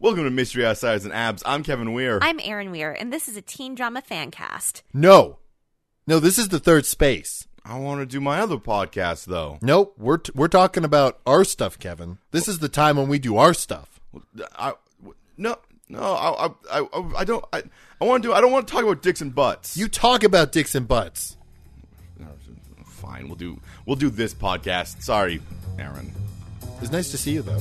Welcome to Mystery Outsiders and Abs. I'm Kevin Weir. I'm Aaron Weir, and this is a teen drama fan cast. No. No, this is the third space. I want to do my other podcast though. Nope, we're t- we're talking about our stuff, Kevin. This is the time when we do our stuff. I no no I I I, I don't I, I want to do I don't want to talk about dicks and butts. You talk about dicks and butts. fine. We'll do we'll do this podcast. Sorry, Aaron. It's nice to see you though.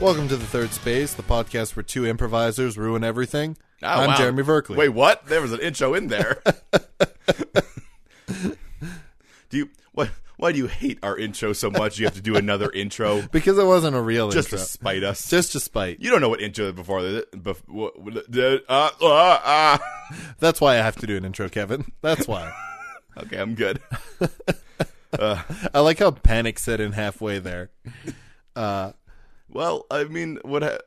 Welcome to the third space, the podcast where two improvisers ruin everything. Oh, I'm wow. Jeremy Berkeley. Wait, what? There was an intro in there. do you what? Why do you hate our intro so much? You have to do another intro because it wasn't a real just intro. to spite us. just to spite. you don't know what intro before the before, uh, uh, uh. That's why I have to do an intro, Kevin. That's why. Okay, I'm good. I like how panic set in halfway there. Well, I mean, what ha-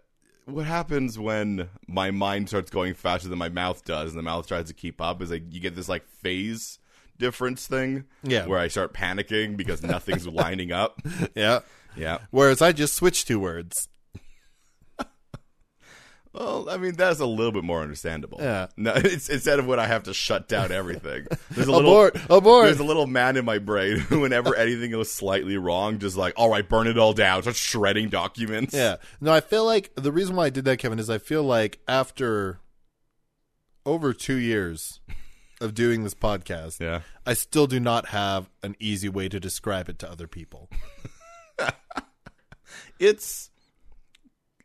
what happens when my mind starts going faster than my mouth does, and the mouth tries to keep up? Is like you get this like phase difference thing, Yeah. where I start panicking because nothing's lining up. Yeah. Yeah. Whereas I just switched two words. Well, I mean, that's a little bit more understandable. Yeah. No, it's instead of when I have to shut down everything. There's a little. Abort! Abort! There's a little man in my brain who, whenever anything goes slightly wrong, just like, all right, burn it all down, starts shredding documents. yeah. No, I feel like the reason why I did that, Kevin, is I feel like after over two years of doing this podcast, Yeah. I still do not have an easy way to describe it to other people. It's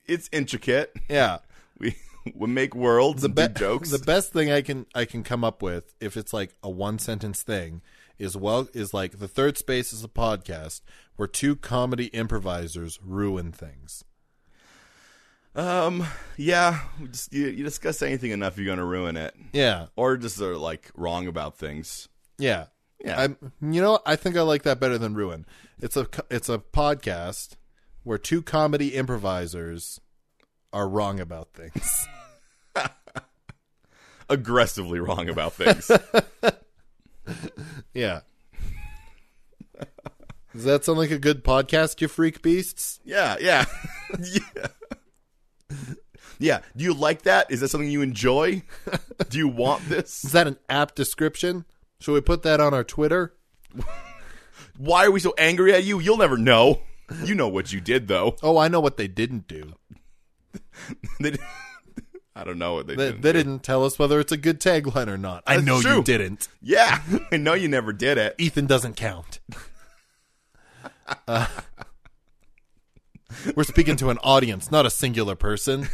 it's intricate. Yeah. We we make worlds and be- do jokes. The best thing I can I can come up with if it's like a one sentence thing is well is like the third space is a podcast where two comedy improvisers ruin things. um, yeah, just, you, you discuss anything enough, you're gonna ruin it, Yeah, or just are like wrong about things. yeah, Yeah. I'm, you know, I think I like that better than ruin. It's a co- it's a podcast where two comedy improvisers are wrong about things. Aggressively wrong about things. yeah. Does that sound like a good podcast, you freak beasts? yeah, yeah, yeah. Yeah. Do you like that? Is that something you enjoy? Do you want this? Is that an apt description? Should we put that on our Twitter? Why are we so angry at you? You'll never know. You know what you did, though. Oh, I know what they didn't do. They did- I don't know what they They, did. they didn't tell us whether it's a good tagline or not. I That's know true. you didn't. yeah, I know you never did it. Ethan doesn't count. Uh, we're speaking to an audience, not a singular person.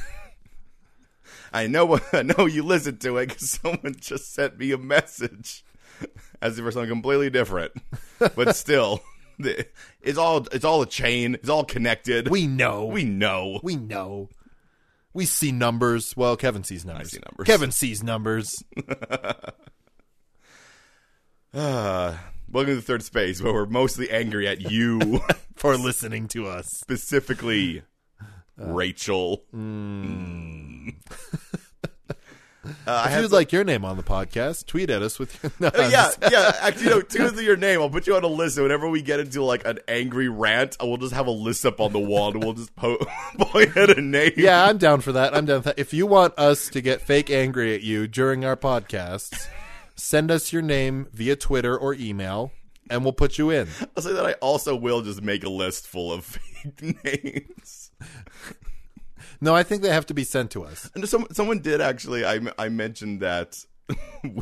I know, I know you listened to it because someone just sent me a message, as if it were something completely different. But still, the- it's all it's all a chain. It's all connected. We know. we know. we know. We see numbers. Well, Kevin sees numbers. see numbers. Kevin sees numbers. Uh, welcome to the third space, where we're mostly angry at you for listening to us. specifically, Uh, Rachel. if you'd like your name on Uh, the podcast, tweet at us with your. No, Uh, yeah, yeah. Actually, no. Tune into your name. I'll put you on a list. And whenever we get into like an angry rant, I will just have a list up on the wall, and we'll just po- point at a name. Yeah, I'm down for that. I'm down for that. If you want us to get fake angry at you during our podcasts, send us your name via Twitter or email, and we'll put you in. I'll say that I also will just make a list full of fake names. No, I think they have to be sent to us. And some, someone did actually. I, I mentioned that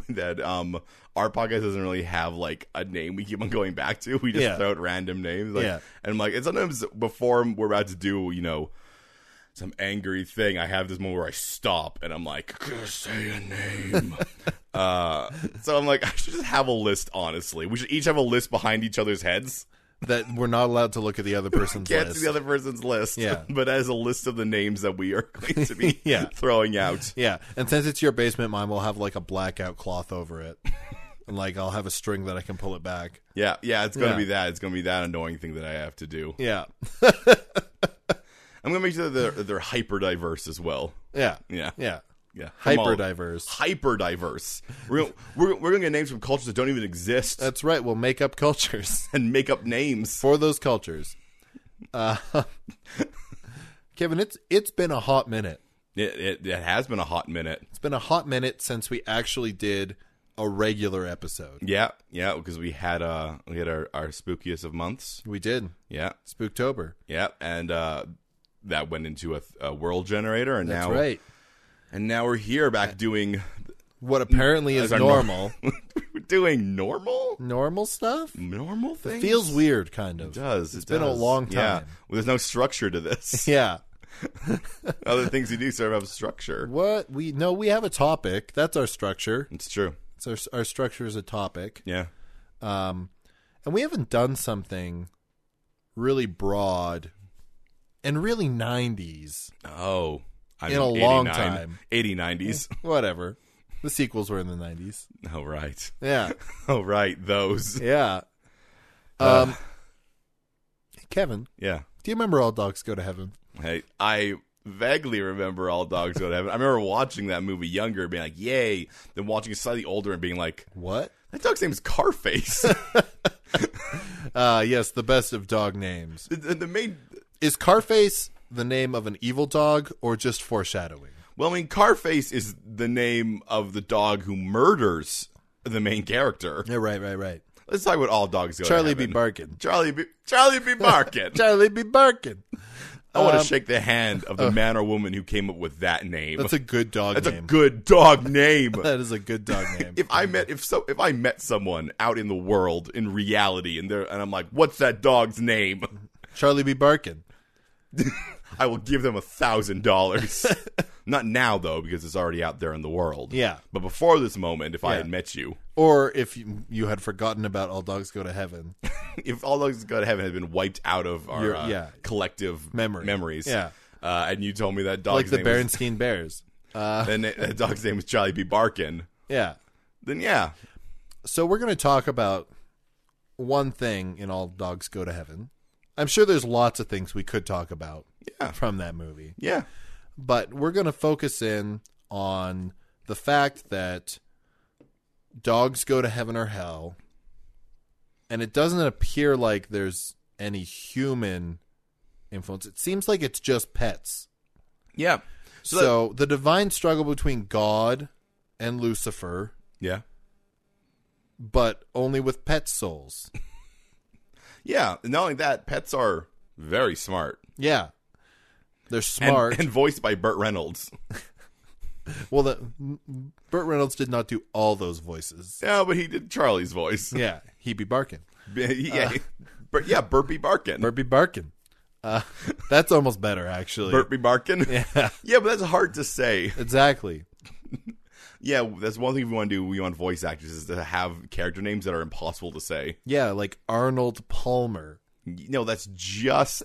that um our podcast doesn't really have like a name we keep on going back to. We just Yeah. throw out random names. Like, Yeah. And I'm like, and sometimes before we're about to do, you know. Some angry thing. I have this moment where I stop and I'm like, "Say a name." uh, so I'm like, I should just have a list. Honestly, we should each have a list behind each other's heads. That we're not allowed to look at the other person's can't list. see the other person's list. Yeah. But as a list of the names that we are going to be Yeah. throwing out. yeah, and since it's your basement, mine will have like a blackout cloth over it. and like I'll have a string that I can pull it back. Yeah, yeah, it's gonna Yeah. be that. It's gonna be that annoying thing that I have to do. Yeah, I'm gonna make sure that they're, they're hyper diverse as well. yeah, Yeah, yeah. yeah, From all- Hyper diverse. hyper diverse. We're gonna, we're, we're gonna get names from cultures that don't even exist That's right. We'll make up cultures and make up names. for those cultures. Uh, Kevin, it's it's been a hot minute. It, it, it has been a hot minute. It's been a hot minute since we actually did a regular episode. Yeah, yeah, because we had uh we had our, our spookiest of months. We did Yeah, Spooktober. yeah, and uh that went into a, a world generator, and That's now right. and now we're here back doing What apparently is As our nor- normal, doing normal normal stuff normal things. feels weird, kind It of. does. It's been a long Yeah. time. Well, there's no structure to this. Yeah. Other things you do sort of have structure. What we no, we have a topic. That's our structure. It's true. It's our, our structure is a topic. Yeah. Um, and we haven't done something really broad and really 90s. Oh, I In mean, a long 89 time. 80 90s. Whatever. The sequels were in the 90s. Oh, right. Yeah. Oh, right. Those. Yeah. Um, Ugh. Kevin, Yeah. do you remember All Dogs Go to Heaven? Hey, I vaguely remember All Dogs Go to Heaven. I remember watching that movie younger, and being like, yay. Then watching it slightly older and being like, What? that dog's name is Carface. Uh, yes, the best of dog names. the, the- the main. Is Carface the name of an evil dog or just foreshadowing? Well, I mean, Carface is the name of the dog who murders the main character. Yeah, right, right, right. Let's talk about All Dogs Go Charlie to B. Heaven. Barkin. Charlie B. Charlie B. Barkin. Charlie B. Barkin. I want to Um, shake the hand of the man or woman who came up with that name. uh, That's a good dog That's a name. good dog name. that is a good dog name. if I met if so if I met someone out in the world in reality and they're and I'm like, what's that dog's name? Charlie B. Barkin. I will give them a thousand dollars. Not now though, because it's already out there in the world. Yeah. But before this moment, if I Yeah. had met you, Or if you, you had forgotten about All Dogs Go to Heaven. if all dogs go to heaven had been wiped out of our Your- uh, yeah. collective Memory. memories, Yeah. uh, and you told me that like dog's the name Berenstein Bears. Uh, was, that, na- that dog's name was Charlie B. Barkin, yeah. then yeah, So we're going to talk about one thing in All Dogs Go to Heaven. I'm sure there's lots of things we could talk about Yeah. from that movie, yeah, but we're going to focus in on the fact that dogs go to heaven or hell, and it doesn't appear like there's any human influence. It seems like it's just pets. yeah, So, the divine struggle between God and Lucifer, yeah. but only with pet souls. Yeah, and not only that, pets are very smart. Yeah. They're And- smart. And, voiced by Burt Reynolds. well, the, Burt Reynolds did not do all those voices. Yeah, but he did Charlie's voice. Yeah, he be barking. yeah, Bur- yeah, Burpee Barkin. Burt be barking. Uh, that's almost better, actually. Burpee Barkin. Yeah, Yeah, but that's hard to say. exactly. Yeah, that's one thing we want to do. We want voice actors is to have character names that are impossible to say. Yeah, like Arnold Palmer. No, that's just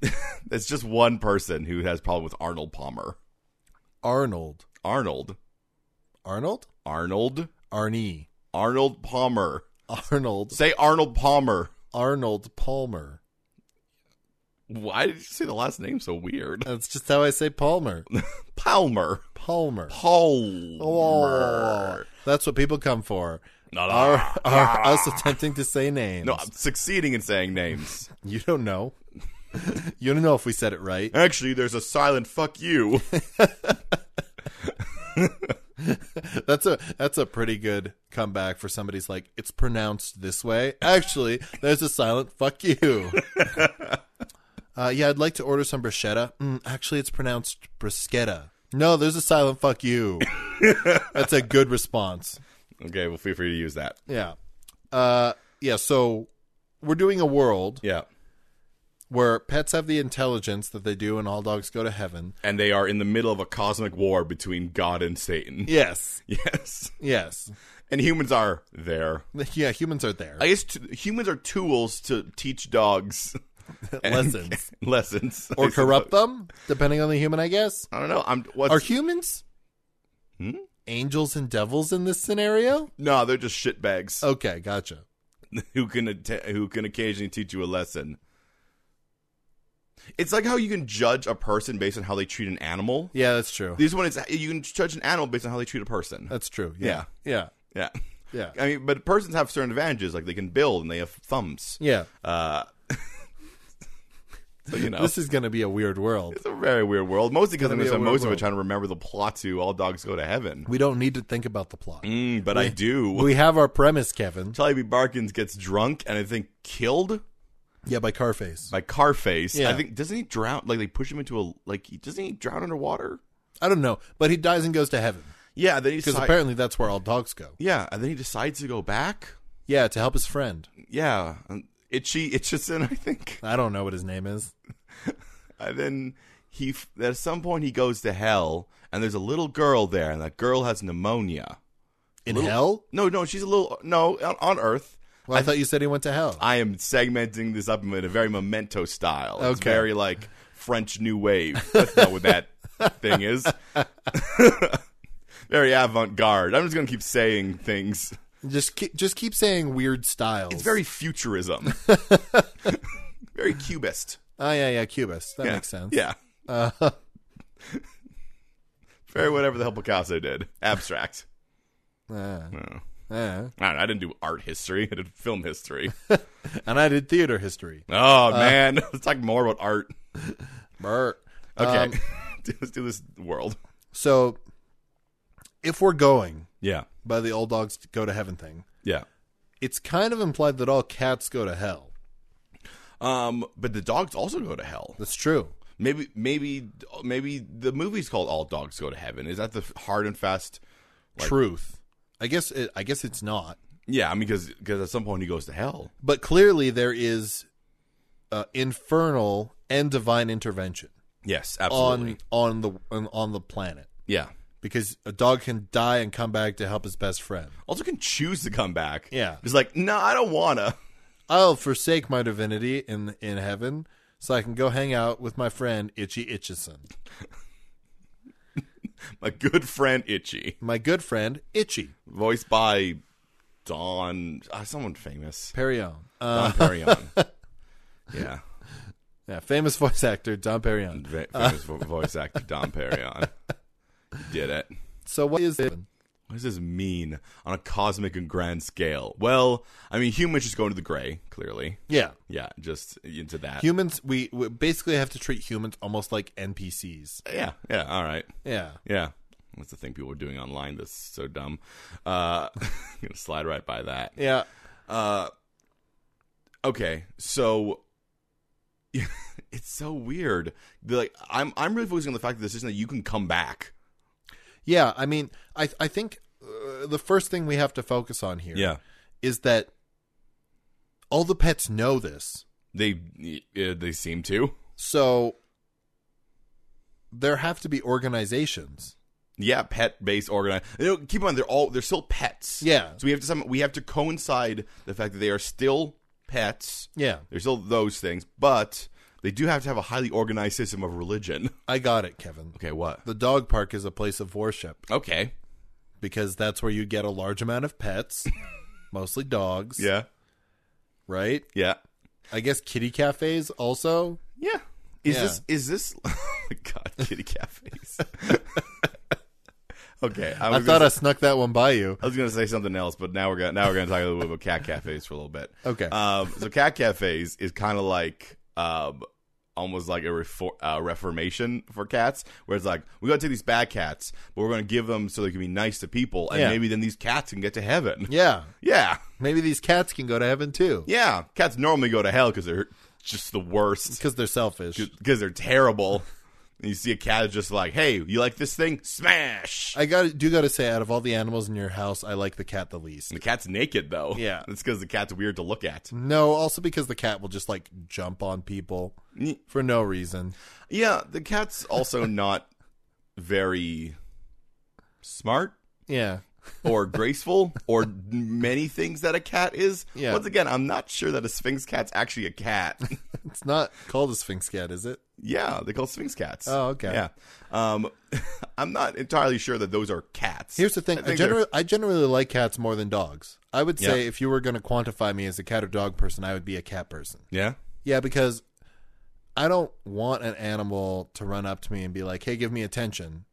that's just one person who has problem with Arnold Palmer. Arnold. Arnold, Arnold? Arnold, Arnie. Arnold Palmer. Arnold. Say Arnold Palmer. Arnold Palmer. Why did you say the last name so weird? That's just how I say Palmer. Palmer. Palmer. Palmer. That's what people come for. Not Are, are us attempting to say names. No, I'm succeeding in saying names. You don't know. you don't know if we said it right. Actually, there's a silent fuck you. That's a that's a pretty good comeback for somebody's like it's pronounced this way. Actually, there's a silent fuck you. uh, yeah, I'd like to order some bruschetta. Mm, actually, it's pronounced bruschetta. No, there's a silent fuck you. that's a good response. okay, well, feel free to use that. Yeah. Uh, yeah. So we're doing a world Yeah. where pets have the intelligence that they do, and all dogs go to heaven. And they are in the middle of a cosmic war between God and Satan. Yes. Yes. Yes. And humans are there. Yeah. Humans are there. I guess t- humans are tools to teach dogs and- Lessons. lessons. I or suppose. corrupt them, depending on the human, I guess. I don't know. I'm what's Are humans? Hmm? angels and devils in this scenario? No, they're just shitbags Okay, gotcha. who can att- who can occasionally teach you a lesson. It's like how you can judge a person based on how they treat an animal. Yeah, that's true. This one is you can judge an animal based on how they treat a person. That's true. Yeah. Yeah. yeah. Yeah. I mean, but persons have certain advantages, like they can build and they have thumbs. Yeah. Uh, so you know, This is going to be a weird world. it's a very weird world. Mostly because I'm Gonna gonna spend be a weird most of world. it trying to remember the plot to "All Dogs Go to Heaven." We don't need to think about the plot. Mm, but I do. We have our premise, Kevin. Charlie B. Barkins gets drunk and I think killed Yeah, by Carface. by Carface. Yeah. I think doesn't he drown? Like they push him into a like he- doesn't he drown underwater? I don't know, but he dies and goes to heaven Yeah, then he because deci- apparently that's where all dogs go. yeah, and then he decides to go back. Yeah, to help his friend. Yeah, and itchy Itchison, I think. I don't know what his name is. And then he f- at some point he goes to hell and there's a little girl there and that girl has pneumonia. In hell? No, no, she's a little no on, on Earth. Well, I, thought you said he went to hell. I am segmenting this up in a very memento style. It's Okay. very like French New Wave. That's not what that thing is. very avant garde. I'm just gonna keep saying things. just keep, just keep saying weird styles. It's very futurism. very cubist. Oh yeah, yeah, Cubist. That yeah. makes sense. Uh-huh. Yeah. very whatever the hell Picasso did. Abstract. Uh, Oh. uh. I don't know. I didn't do art history. I did film history. And I did theater history. Oh man, let's talk more about art. Brr. Okay, Um, let's do this world. so if we're going Yeah, by the old dogs go to heaven thing, yeah. it's kind of implied that all cats go to hell. Um, but the dogs also go to hell. That's true. Maybe, maybe, maybe the movie's called "All Dogs Go to Heaven." Is that the hard and fast? Like- Truth. I guess it, I guess it's not. Yeah, I mean, because at some point he goes to hell. But clearly there is uh, infernal and divine intervention Yes, absolutely. on on the on, on the planet yeah. because a dog can die and come back to help his best friend. Also, can choose to come back. Yeah. He's like, no, I don't wanna. I'll forsake my divinity in in heaven so I can go hang out with my friend Itchy Itchison. My good friend Itchy, My good friend Itchy voiced by Don, uh, someone famous, Perrion. Uh, Don Perignon. yeah. yeah, famous voice actor Don Perrion. Ve- famous vo- voice actor Dom Perignon. You Did it. So what is it? What does this mean on a cosmic and grand scale? Well, I mean, humans just go into the gray, clearly. Yeah. Yeah, just into that. Humans we, we basically have to treat humans almost like NPCs. yeah, yeah, all right. Yeah. Yeah. That's the thing people are doing online that's so dumb. Uh, I'm going to slide right by that. Yeah. Uh, okay, so it's so weird. The, like, I'm, I'm really focusing on the fact that this isn't that you can come back. Yeah, I mean, I I think uh, the first thing we have to focus on here is that all the pets know this, They, uh, they seem to. so there have to be organizations. Yeah, pet based organized. You know, keep in mind they're all they're still pets. Yeah. So we have to some we have to coincide the fact that they are still pets. Yeah, They're still those things, but they do have to have a highly organized system of religion. I got it, Kevin. Okay, what? The dog park is a place of worship Okay. because that's where you get a large amount of pets, mostly dogs. Yeah. right. Yeah. I guess kitty cafes also. Yeah. Is Yeah. this is this oh my god, kitty cafes. okay. I I, was thought gonna, I snuck that one by you. I was gonna say something else, but now we're gonna now we're gonna talk a little bit about cat cafes for a little bit. Okay. Um, so cat cafes is kind of like um, almost like a refor- uh, reformation for cats, where it's like we gotta take these bad cats, but we're gonna give them so they can be nice to people, and Yeah. maybe then these cats can get to heaven. Yeah, Yeah, maybe these cats can go to heaven too yeah. Cats normally go to hell because they're just the worst because they're selfish. because they're terrible. And you see a cat is just like, hey, you like this thing? Smash! I got do got to say, out of all the animals in your house, I like the cat the least. the cat's naked though. Yeah. that's because the cat's weird to look at. No, also because the cat will just like jump on people for no reason. Yeah, the cat's also not very smart Yeah, or graceful or many things that a cat is. Yeah. Once again, I'm not sure that a Sphinx cat's actually a cat. It's not called a sphinx cat, is it? Yeah, they call sphinx cats. Oh, okay. Yeah, um, I'm not entirely sure that those are cats. Here's the thing. I, think they're- generally, I generally like cats more than dogs. I would say Yeah. if you were going to quantify me as a cat or dog person, I would be a cat person. yeah, Yeah, because I don't want an animal to run up to me and be like, "Hey, give me attention."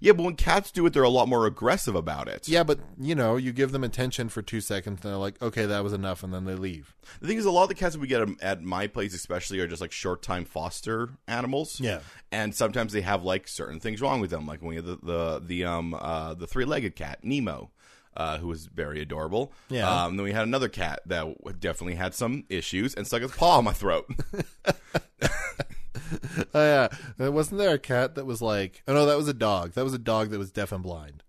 yeah, but when cats do it, they're a lot more aggressive about it. Yeah, but you know, you give them attention for two seconds, and they're like, "Okay, that was enough," and then they leave. The thing is, a lot of the cats that we get um, at my place, especially, are just like short time foster animals. Yeah. and sometimes they have like certain things wrong with them, like when we had the the the um uh the three legged cat Nemo. Uh, who was very adorable. Yeah. Um, then we had another cat that w- definitely had some issues and stuck its paw in my throat. Oh yeah, Uh, wasn't there a cat that was like? Oh no, that was a dog. That was a dog that was deaf and blind.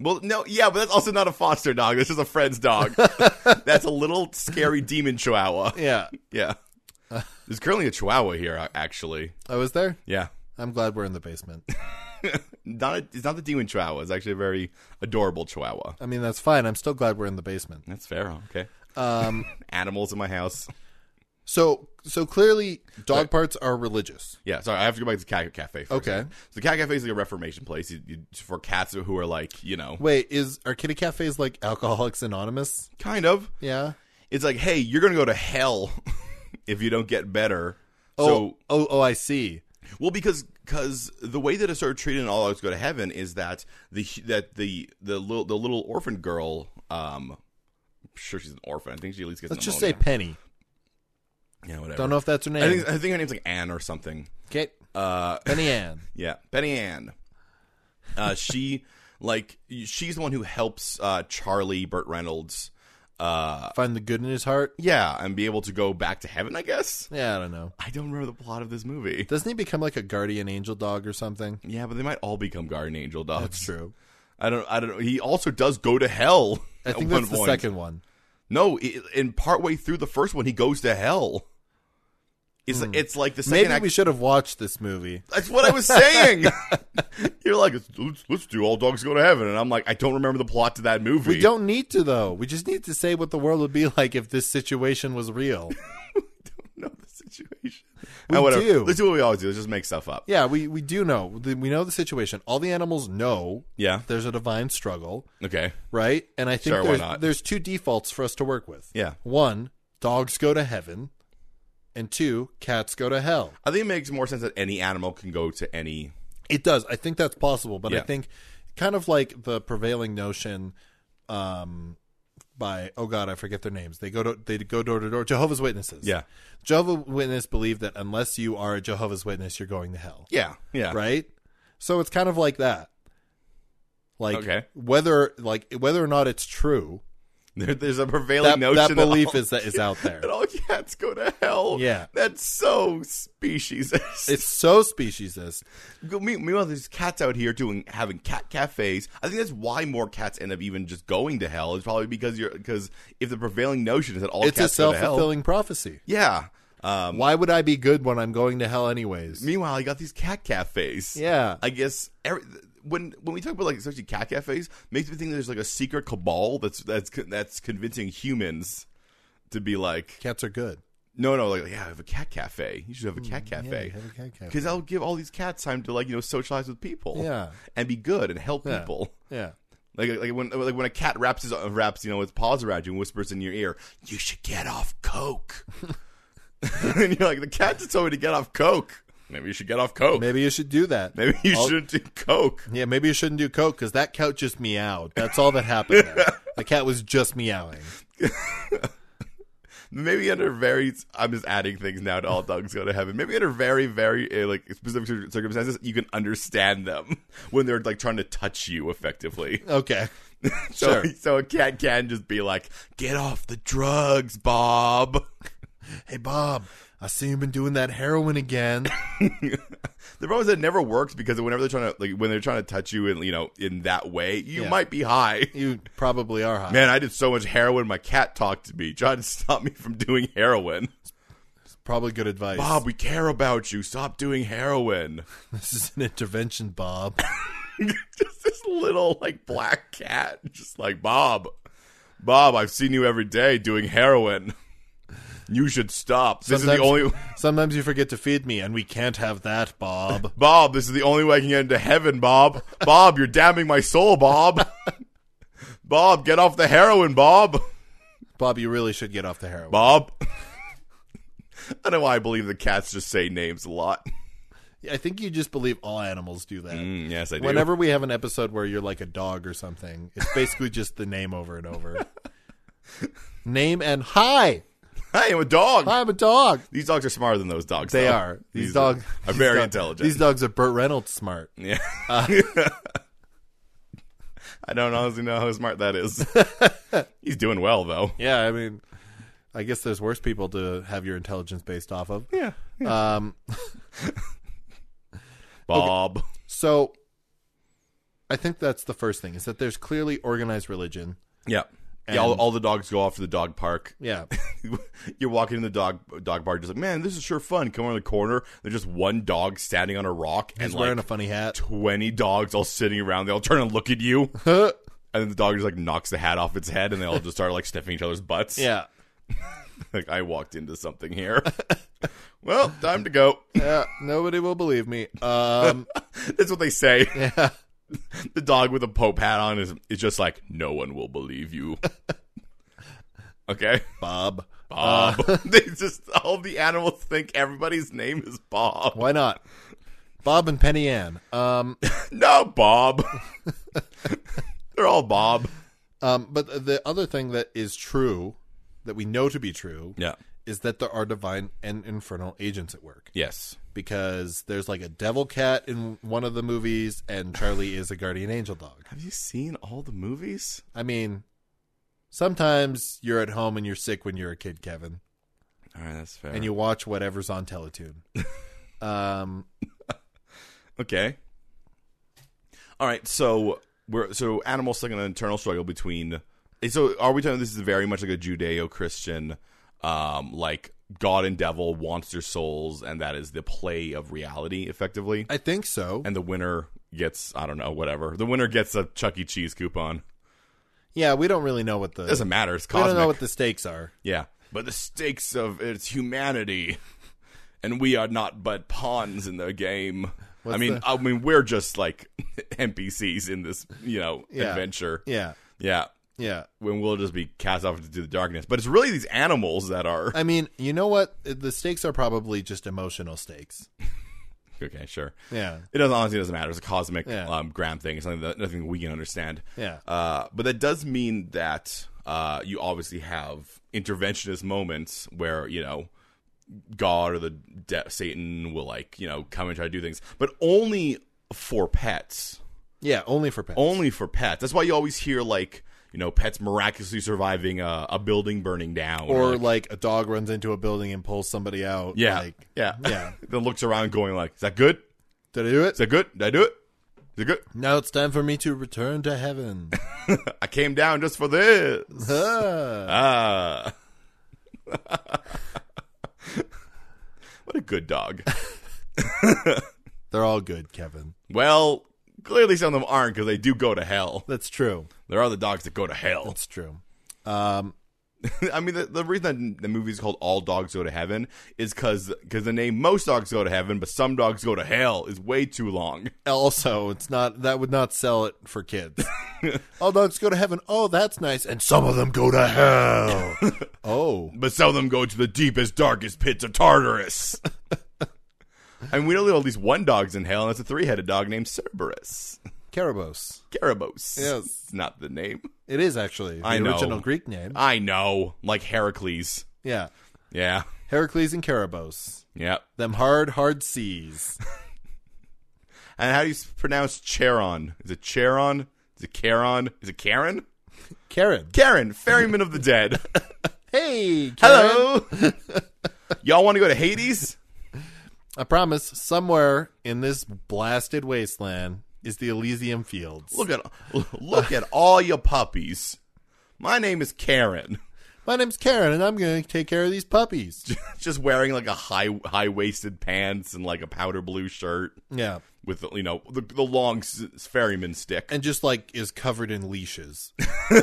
well, no, yeah, but that's also not a foster dog. This is a friend's dog. that's a little scary demon chihuahua. Yeah, Yeah. There's currently a chihuahua here, a- actually. I was there. Yeah. I'm glad we're in the basement. Not a, it's not the demon chihuahua. It's actually a very adorable chihuahua. I mean, that's fine. I'm still glad we're in the basement. That's fair. Okay. Um, Animals in my house. so so clearly, dog parts are religious. Yeah, sorry, I have to go back to Cat Cafe. For a Okay. second. so Cat Cafe is like a Reformation place you, you, for cats who are like, you know, Wait, is are kitty cafes like Alcoholics Anonymous? kind of. Yeah. It's like, hey, you're gonna go to hell if you don't get better. Oh, So oh, oh, I see. Well, because because the way that it's sort of treated in All Dogs Go to Heaven is that the that the the little the little orphan girl. um I'm sure she's an orphan. I think she at least gets. Let's just say pneumonia. Penny. yeah, whatever. Don't know if that's her name. I think I think her name's like Anne or something. okay, Uh, Penny Ann. yeah, Betty Ann. Uh, she like she's the one who helps uh Charlie Burt Reynolds. Uh, Find the good in his heart. yeah, and be able to go back to heaven. I guess Yeah, I don't know. I don't remember the plot of this movie. Doesn't he become like a guardian angel dog or something? yeah, but they might all become guardian angel dogs. That's true. I don't. I don't. know. He also does go to hell. I at think one that's the point. second one. No, i- in partway through the first one, he goes to hell. It's it's like the second Hmm. Maybe act. we should have watched this movie. that's what I was saying. You're like, let's, let's do all dogs go to heaven, and I'm like, I don't remember the plot to that movie. We don't need to though. We just need to say what the world would be like if this situation was real. know the situation. We Ah, whatever. do. Let's do what we always do. Let's just make stuff up. yeah, we we do know. The- We know the situation. All the animals know Yeah. there's a divine struggle, Okay. right? And I think Sure, why there's, not? there's two defaults for us to work with. Yeah. One, dogs go to heaven, and two, cats go to hell. I think it makes more sense that any animal can go to any. It does. I think that's possible, but I Yeah. think kind of like the prevailing notion um by oh god, I forget their names. They go to they go door to door. Jehovah's Witnesses. Jehovah's Witness believe that unless you are a Jehovah's Witness, you're going to hell. Yeah. Yeah. Right? So it's kind of like that. Like Okay. whether like whether or not it's true, There, there's a prevailing that, notion that belief all, is that is out there. that all cats go to hell. Yeah. That's so speciesist. It's so speciesist. Go- me- Meanwhile, there's cats out here doing having cat cafes. I think that's why more cats end up even just going to hell. Is probably because you're because if the prevailing notion is that all It's a cats go self to hell, fulfilling prophecy. yeah. Um, Why would I be good when I'm going to hell anyways? meanwhile, you got these cat cafes. yeah. I guess every, when when we talk about like especially cat cafes, makes me think there's like a secret cabal that's that's that's convincing humans to be like, Cats are good. no, no, like yeah, I have a cat cafe. You should have a cat Hmm, you cafe have a cat cafe. because I'll give all these cats time to like you know socialize with people, Yeah. and be good and help Yeah. people. Yeah. Like, like when like when a cat wraps his wraps you know its paws around you and whispers in your ear, "You should get off coke." and you're like, "The cat just told me to get off coke. Maybe you should get off coke. Maybe, Maybe you should do that. you I'll- shouldn't do coke." Yeah, maybe you shouldn't do coke because that cat just meowed. That's all that happened. There. the cat was just meowing. Maybe under very, I'm just adding things now to all dogs go to heaven. Maybe under very, very uh, like specific cir- circumstances, you can understand them when they're like trying to touch you effectively. Okay. So, Sure. so a cat can just be like, "Get off the drugs, Bob." Hey Bob, I see you've been doing that heroin again. The problem is that it never works because whenever they're trying to like when they're trying to touch you and you know in that way, you Yeah. might be high. You probably are high. Man, I did so much heroin. My cat talked to me, trying to stop me from doing heroin. Probably good advice. Bob, we care about you. Stop doing heroin. this is an intervention, Bob. just this little like black cat, just like Bob. Bob, I've seen you every day doing heroin. You should stop. This is Sometimes- the only Sometimes you forget to feed me, and we can't have that, Bob. Bob. This is the only way I can get into heaven, Bob. Bob, you're damning my soul, Bob. Bob, get off the heroin, Bob. Bob, you really should get off the heroin. Bob. I don't know why I believe the cats just say names a lot. I think you just believe all animals do that. Mm, yes, I do. Whenever we have an episode where you're like a dog or something, it's basically just the name over and over. name and hi, I am a dog. I'm a dog. These dogs are smarter than those dogs. They though. are these, These dogs are these very dog- intelligent. These dogs are Burt Reynolds smart. Yeah. I don't honestly know how smart that is. He's doing well though. Yeah, I mean, I guess there's worse people to have your intelligence based off of. Yeah. Um, Bob. so I think that's the first thing is that there's clearly organized religion. Yeah. yeah, all, And- all the dogs go off to the dog park. Yeah, You're walking in the dog dog park, just like, man, this is sure fun. Come around the corner, there's just one dog standing on a rock, and he's like wearing a funny hat. twenty dogs all sitting around. They all turn and look at you, yeah, and then the dog just like knocks the hat off its head, and they all just start like sniffing each other's butts. like I walked into something here. well, time to go. yeah. Nobody will believe me. Um, That's what they say. yeah. the dog with a pope hat on is is just like no one will believe you. okay, Bob. Bob. they just all the animals think everybody's name is Bob. Why not? Bob and Penny Ann. Um, No, Bob. They're all Bob. um, but the other thing that is true, that we know to be true, Yeah. is that there are divine and infernal agents at work. Yes. Because there's like a devil cat in one of the movies, and Charlie is a guardian angel dog. Have you seen all the movies? I mean, sometimes you're at home and you're sick when you're a kid, Kevin, All right, that's fair. and you watch whatever's on Teletoon. um, Okay. All right, so we're so animals like an internal struggle between. eh, So are we talking? This is very much like a Judeo-Christian, um, like God and devil wants their souls, and that is the play of reality, effectively. I think so. And the winner gets I don't know whatever. The winner gets a Chuck E. Cheese coupon. Yeah, we don't really know what the It doesn't matter. It's we cosmic. don't know what the stakes are. yeah, but the stakes of it's humanity, and we are not but pawns in the game. I What's mean, the- I mean, we're just like NPCs in this, you know, Yeah. adventure. Yeah, Yeah, yeah. when we'll just be cast off into the darkness. But it's really these animals that are I mean, you know what? The stakes are probably just emotional stakes. okay. Sure, Yeah, it doesn't honestly doesn't matter. It's a cosmic Yeah. um, gram thing. It's something that nothing we can understand. yeah, Uh, but that does mean that uh, you obviously have interventionist moments where you know God or the de- Satan will like you know come and try to do things, but only for pets. yeah. Only for pets. Only for pets. That's why you always hear like you know pets miraculously surviving a, a building burning down or like a dog runs into a building and pulls somebody out. yeah like, yeah yeah. then looks around going like is that good Did I do it? is that good did I do it is it good Now it's time for me to return to heaven. I came down just for this Ah. Ah. what a good dog. They're all good, Kevin. Well, clearly some of them aren't because they do go to hell. That's true. There are the dogs that go to hell. That's true. Um, I mean, the, the reason that the movie is called All Dogs Go to Heaven is because the name Most Dogs Go to Heaven, but Some Dogs Go to Hell is way too long. also, it's not that would not sell it for kids. all dogs go to heaven. Oh, that's nice. And some of them go to hell. oh, But some of them go to the deepest, darkest pits of Tartarus. and we only know at least one dog's in hell, and it's a three headed dog named Cerberus. Kerberos. Kerberos. Yes. It's not the name. It is actually the I know. original Greek name. I know, like Heracles. yeah, Yeah, Heracles and Kerberos. yeah. Them hard, hard seas. And how do you s- pronounce Charon? Is it Charon? Is it Charon? Is it Karen? Karen. Karen, ferryman of the dead. Hey, Karen. Hello. Y'all want to go to Hades? I promise, somewhere in this blasted wasteland is the Elysium Fields. Look at look at all your puppies. My name is Karen. My name's Karen, and I'm going to take care of these puppies. Just wearing like a high high waisted pants and like a powder blue shirt yeah. with the, you know the, the long s- ferryman stick. and just like is covered in leashes. You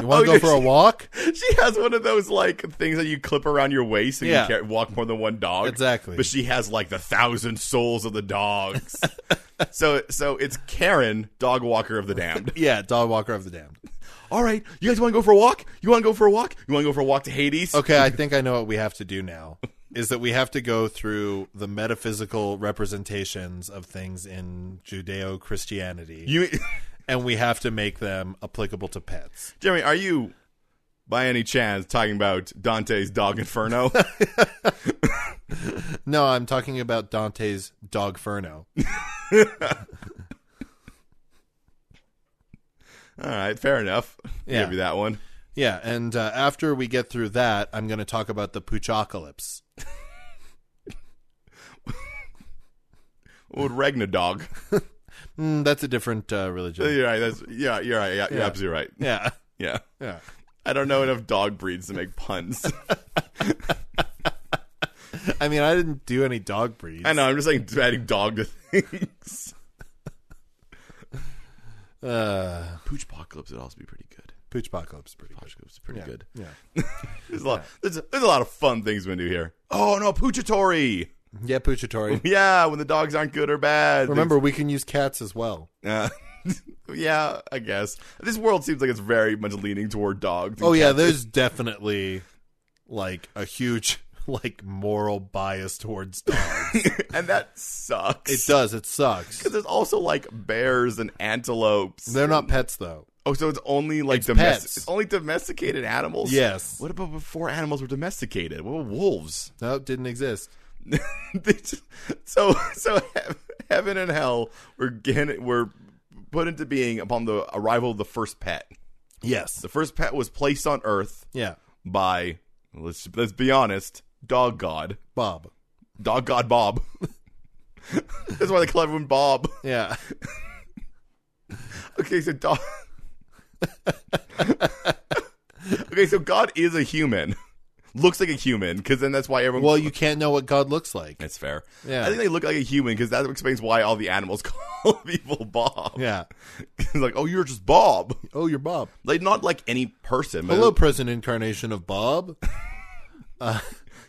Oh, want to yeah, go for a walk? she has one of those like things that you clip around your waist and Yeah. you can't walk more than one dog. Exactly. But she has like the thousand souls of the dogs. so so it's Karen, dog walker of the damned. Yeah, dog walker of the damned. All right, you guys want to go for a walk? You want to go for a walk? You want to go for a walk to Hades? Okay, I think I know what we have to do now. Is that we have to go through the metaphysical representations of things in Judeo Christianity, You, and we have to make them applicable to pets. Jeremy, are you by any chance talking about Dante's Dog Inferno? No, I'm talking about Dante's Dogferno. All right, fair enough. Yeah. Give you that one. Yeah, and uh, after we get through that, I'm going to talk about the Poochocalypse. What would Regna dog? Mm, that's a different uh, religion. You're right. That's yeah. You're right. Yeah, You're Yeah. absolutely right. Yeah, Yeah. yeah. I don't know enough dog breeds to make puns. I mean, I didn't do any dog breeds. I know. I'm just like adding dog to things. Uh, Pooch apocalypse would also be pretty good. Poochpocalypse is pretty Oh, good. Pooch apocalypse is pretty good. Yeah. There's a lot. There's, there's a lot of fun things we can do here. Oh no, poochatory. Yeah, Poochatory. Yeah, when the dogs aren't good or bad. Remember, we can use cats as well. Uh, yeah, I guess this world seems like it's very much leaning toward dogs. Oh yeah, there's definitely like a huge like moral bias towards dogs. and that sucks. it does. It sucks. 'Cause there's also like bears and antelopes. They're not pets though. oh, so it's only like It's domestic. pets. It's only domesticated animals. Yes. What about before animals were domesticated? What about wolves? No, it didn't exist. They just- so so hev- heaven and hell were gan- were put into being upon the arrival of the first pet. Yes. The first pet was placed on Earth Yeah. by let's let's be honest, dog god, Bob. dog god Bob. That's why they call everyone Bob. Yeah. Okay, so dog. okay, so God is a human, looks like a human, because then that's why everyone. Well, you can't know what God looks like. That's fair. Yeah. I think they look like a human because that explains why all the animals call people Bob. Yeah. It's like, oh, you're just Bob. Oh, you're Bob. Like, not like any person. but- Hello, present incarnation of Bob.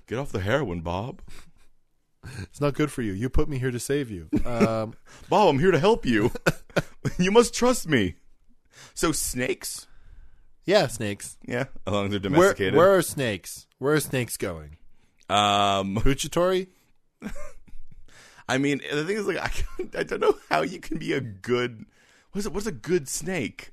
Get off the heroin, Bob. It's not good for you. You put me here to save you. Um, Bob, I'm here to help you. you must trust me. So, snakes? yeah, snakes. Yeah, as long as they're Where, domesticated. where are snakes? Where are snakes going? Um, Poochatory? I mean, the thing is, like, I, I don't know how you can be a good. What's it? What's a good snake?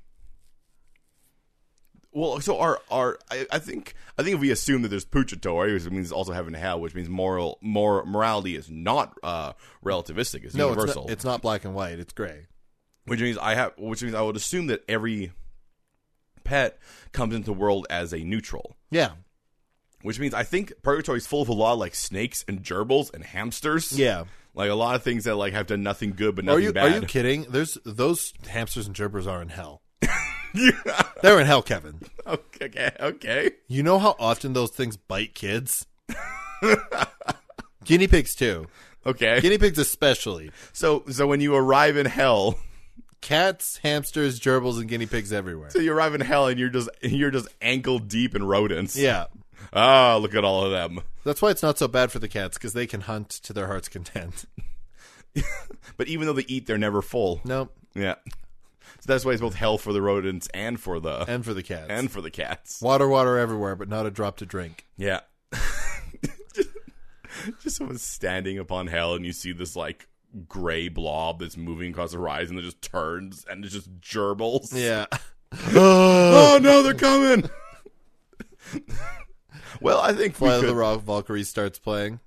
Well, so our our I, I think I think if we assume that there's purgatory, which means also heaven and hell, which means moral mor morality is not uh, relativistic; it's No, it's universal. not, it's not black and white. It's gray. which means I have, which means I would assume that every pet comes into the world as a neutral. Yeah. Which means I think purgatory is full of a lot of like snakes and gerbils and hamsters. Yeah. like a lot of things that like have done nothing good but Are nothing you bad. are you kidding? There's those hamsters and gerbils are in hell. Yeah. They're in hell, Kevin. Okay, okay, okay. You know how often those things bite kids? Guinea pigs too. Okay. Guinea pigs especially. So so when you arrive in hell, Cats, hamsters, gerbils, and guinea pigs everywhere. so you arrive in hell and you're just you're just ankle deep in rodents. Yeah. Ah, look at all of them. That's why it's not so bad for the cats, because they can hunt to their heart's content. But even though they eat, they're never full. No. Yeah. So that's why it's both hell for the rodents and for the and, And for the cats. for the cats. water, water everywhere, but not a drop to drink. Yeah. just someone standing upon hell and you see this like gray blob that's moving across the horizon that just turns and it's just gerbils. Yeah. Oh no, they're coming. well, I think we Flight of could, the Rock Valkyrie starts playing.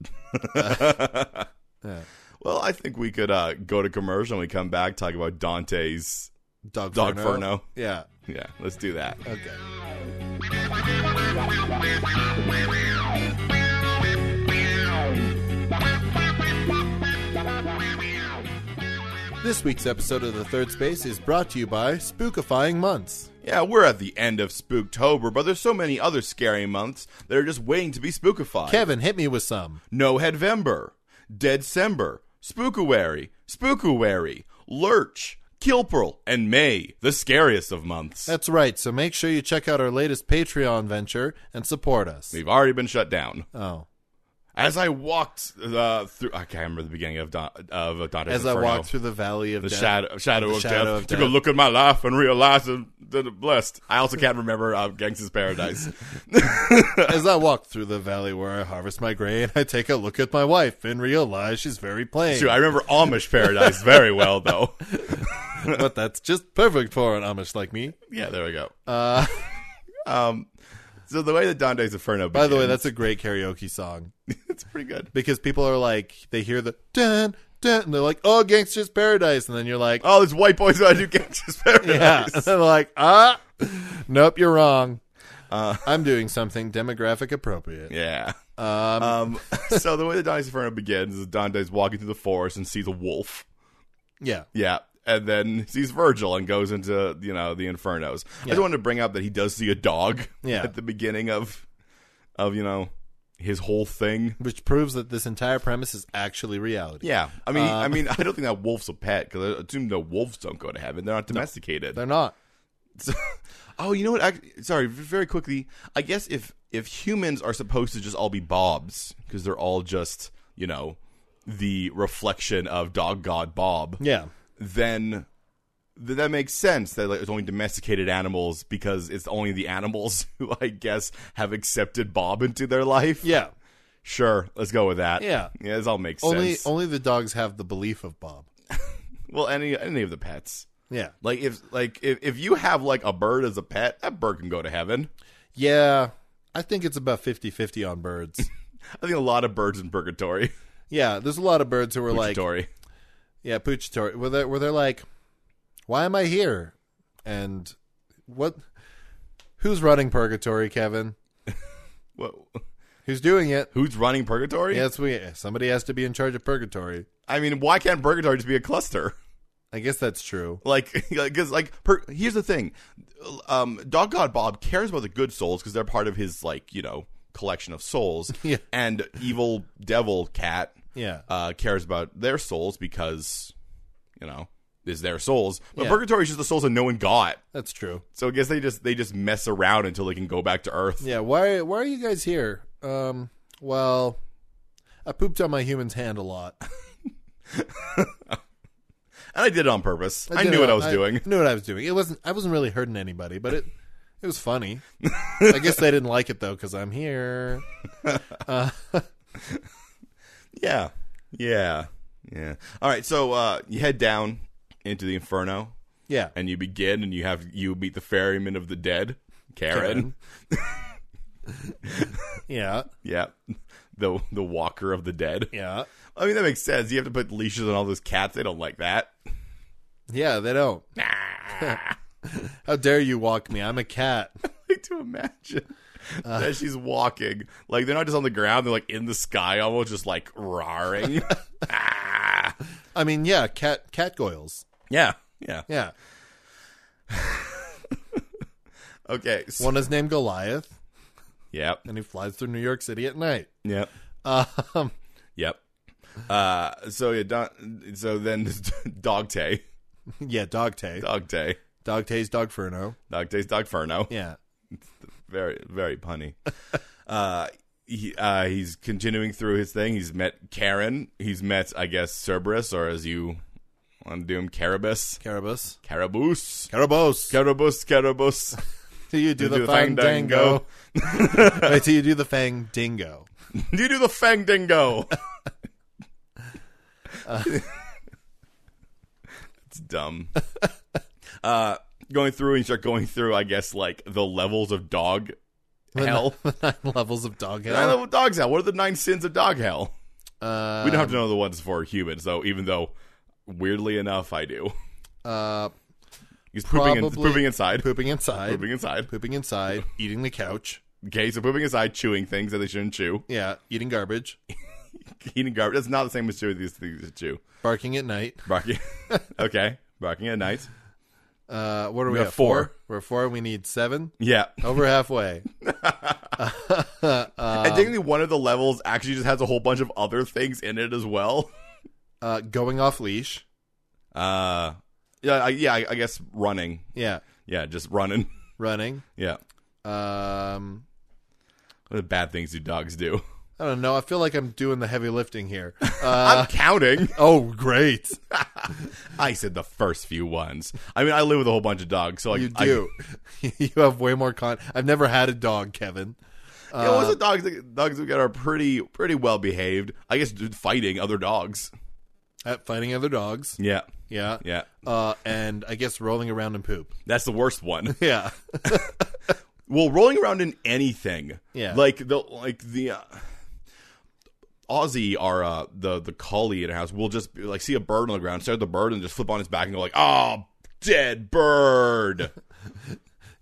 well, I think we could uh, go to commercial and we come back talk about Dante's. Dog Dogferno. Yeah. Yeah, let's do that. Okay. This week's episode of The Third Space is brought to you by Spookifying Months. Yeah, we're at the end of Spooktober, but there's so many other scary months that are just waiting to be spookified. Kevin, hit me with some. no Headvember, Deadcember, Spookawary, Spookuary, Lurch, Kilpril, and May, the scariest of months. That's right. So make sure you check out our latest Patreon venture and support us. We've already been shut down. Oh, As I walked uh, through, I can't remember the beginning of Don, of Dante's as I Inferno. walk through the valley of the death. shadow, shadow, The of, shadow death, of took a death. look at my life and realized that that I'm blessed. I also can't remember uh, Gangsta's Paradise. As I walk through the valley where I harvest my grain, I take a look at my wife and realize she's very plain. Shoot, I remember Amish Paradise very well, though. but that's just perfect for an Amish like me. Yeah, there we go. Uh, Um, so the way that Dante's Inferno. by the way, begins- that's a great karaoke song it's pretty good. because people are like, they hear the dun dun, and they're like, "Oh, Gangster's Paradise," and then you're like, Oh, this white boy's about to do Gangsta's yeah. Paradise. And they're like, ah, nope, you're wrong. I'm doing something demographic Uh. appropriate. Yeah. Um, Um, so the way that Dante's Inferno begins is Dante's walking through the forest and sees a wolf. yeah. Yeah. And then sees Virgil and goes into, you know, the infernos. I just wanted to bring up that he does see a dog Yeah. at the beginning of of, you know, his whole thing. Which proves that this entire premise is actually reality. Yeah. I mean, uh, I mean, I don't think that wolf's a pet because I assume the wolves don't go to heaven. They're not domesticated. They're not. So- oh, you know what? Act sorry, v- very quickly. I guess if if humans are supposed to just all be bobs because they're all just you know the reflection of dog god Bob, Yeah. then th- that makes sense that like, it's only domesticated animals because it's only the animals who I guess have accepted Bob into their life. Yeah. Sure, let's go with that. Yeah. yeah, this all makes Only sense. only the dogs have the belief of Bob. well, any any of the pets. Yeah. Like if like if, if you have like a bird as a pet, that bird can go to heaven. Yeah. I think it's about 50-50 on birds. I think a lot of birds in purgatory. yeah, there's a lot of birds who are like Purgatory. Yeah, Puchatory. Where they where they're like, Why am I here? And what who's running Purgatory, Kevin? Whoa. Who's doing it? Who's running purgatory? Yeah, that's we somebody has to be in charge of Purgatory. I mean, why can't purgatory just be a cluster? I guess that's true. Like, because like, per- here's the thing, um, Dog God Bob cares about the good souls because they're part of his like you know collection of souls. Yeah. And evil devil cat Yeah. uh, cares about their souls because you know is their souls. But Yeah. purgatory is just the souls that no one got. That's true. So I guess they just they just mess around until they can go back to Earth. Yeah, why why are you guys here? Um well I pooped on my human's hand a lot. And I did it on purpose. I, did knew it what I on- was doing. Knew what I was doing. It wasn't. I wasn't really hurting anybody, but it it was funny. I guess they didn't like it though because I'm here. Yeah. Yeah. Yeah. All right, so uh you head down into the inferno Yeah, and you begin and you have you meet the ferryman of the dead, Karen. yeah, Yeah. The the walker of the dead. yeah, I mean that makes sense. You have to put leashes on all those cats. They don't like that. yeah. They don't. I How dare you walk me? I'm a cat. like to imagine Uh. that she's walking. Like they're not just on the ground, they're like in the sky almost just like roaring. Ah. I mean, yeah, cat catgoyles. Yeah. Yeah. Yeah, Okay. So, one is named Goliath, yep. and he flies through New York City at night. Yep. Um, Yep. Uh, so yeah, Don, so then Dogte, yeah, Dogtay, Dogte, Dogtay's Dogferno. Dogte's Dogferno. Yeah, Very, very punny. uh, he, uh, he's continuing through his thing. He's met Karen. He's met, I guess, Cerberus, or as you want to do him, Caribus. Carabus, Caribus. Carabos. Caribus, Caribus. Till you do You the, do the fandango. Wait till you do the fang dingo. you do the fang dingo. it's dumb. Uh, going through and you start going through, I guess, like the levels of dog hell. The nine levels of dog hell. Nine level of dogs hell. What are the nine sins of dog hell? Uh, We don't have to know the ones for humans, though. Even though, weirdly enough, I do. uh, He's pooping, in, Probably- pooping inside. pooping inside, Pooping pooping. inside. inside, eating the couch. Okay, so pooping inside, chewing things that they shouldn't chew, Yeah, eating garbage, eating garbage. That's not the same as chewing these things to chew. barking at night. Barking. okay, barking at night. Uh, what are we, have at? four. We're at four. We need seven. Yeah, Over halfway. Um, I think one of the levels actually just has a whole bunch of other things in it as well. Uh, going off leash. Uh, yeah, I, yeah. I, I guess running. Yeah. Yeah, just running. Running. Yeah, Um, what are the bad things you dogs do. I don't know. I feel like I'm doing the heavy lifting here. Uh, I'm counting. oh, great. I said the first few ones. I mean, I live with a whole bunch of dogs, so like, You I, do. you have way more con. I've never had a dog, Kevin. yeah, most of the dogs, dogs we got are pretty pretty well behaved. I guess dude, fighting other dogs. At fighting other dogs. Yeah, Yeah. yeah. Uh, and I guess rolling around in poop. That's the worst one. Yeah. well, rolling around in anything. Yeah. like the like the. Uh, Aussie, our uh, the the collie in our house, will just like see a bird on the ground, stare at the bird, and just flip on his back and go like, "Oh, dead bird!"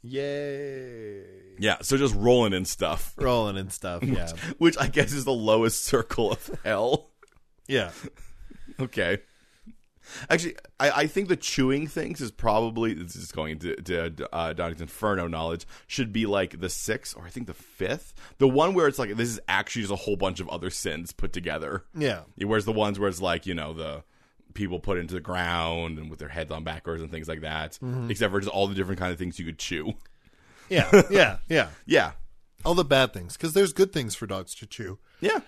Yay. yeah, so just rolling in stuff. Rolling and stuff. Yeah. which I guess is the lowest circle of hell. Yeah. Okay. Actually, I, I think the chewing things is probably this is going into to, uh, Donnie's Inferno knowledge should be like the sixth or I think the fifth, the one where it's like this is actually just a whole bunch of other sins put together. Yeah. Whereas the ones where it's like you know the people put into the ground and with their heads on backwards and things like that, except for just all the different kind of things you could chew. Yeah. Yeah. Yeah. Yeah, All the bad things. Because there's good things for dogs to chew. Yeah.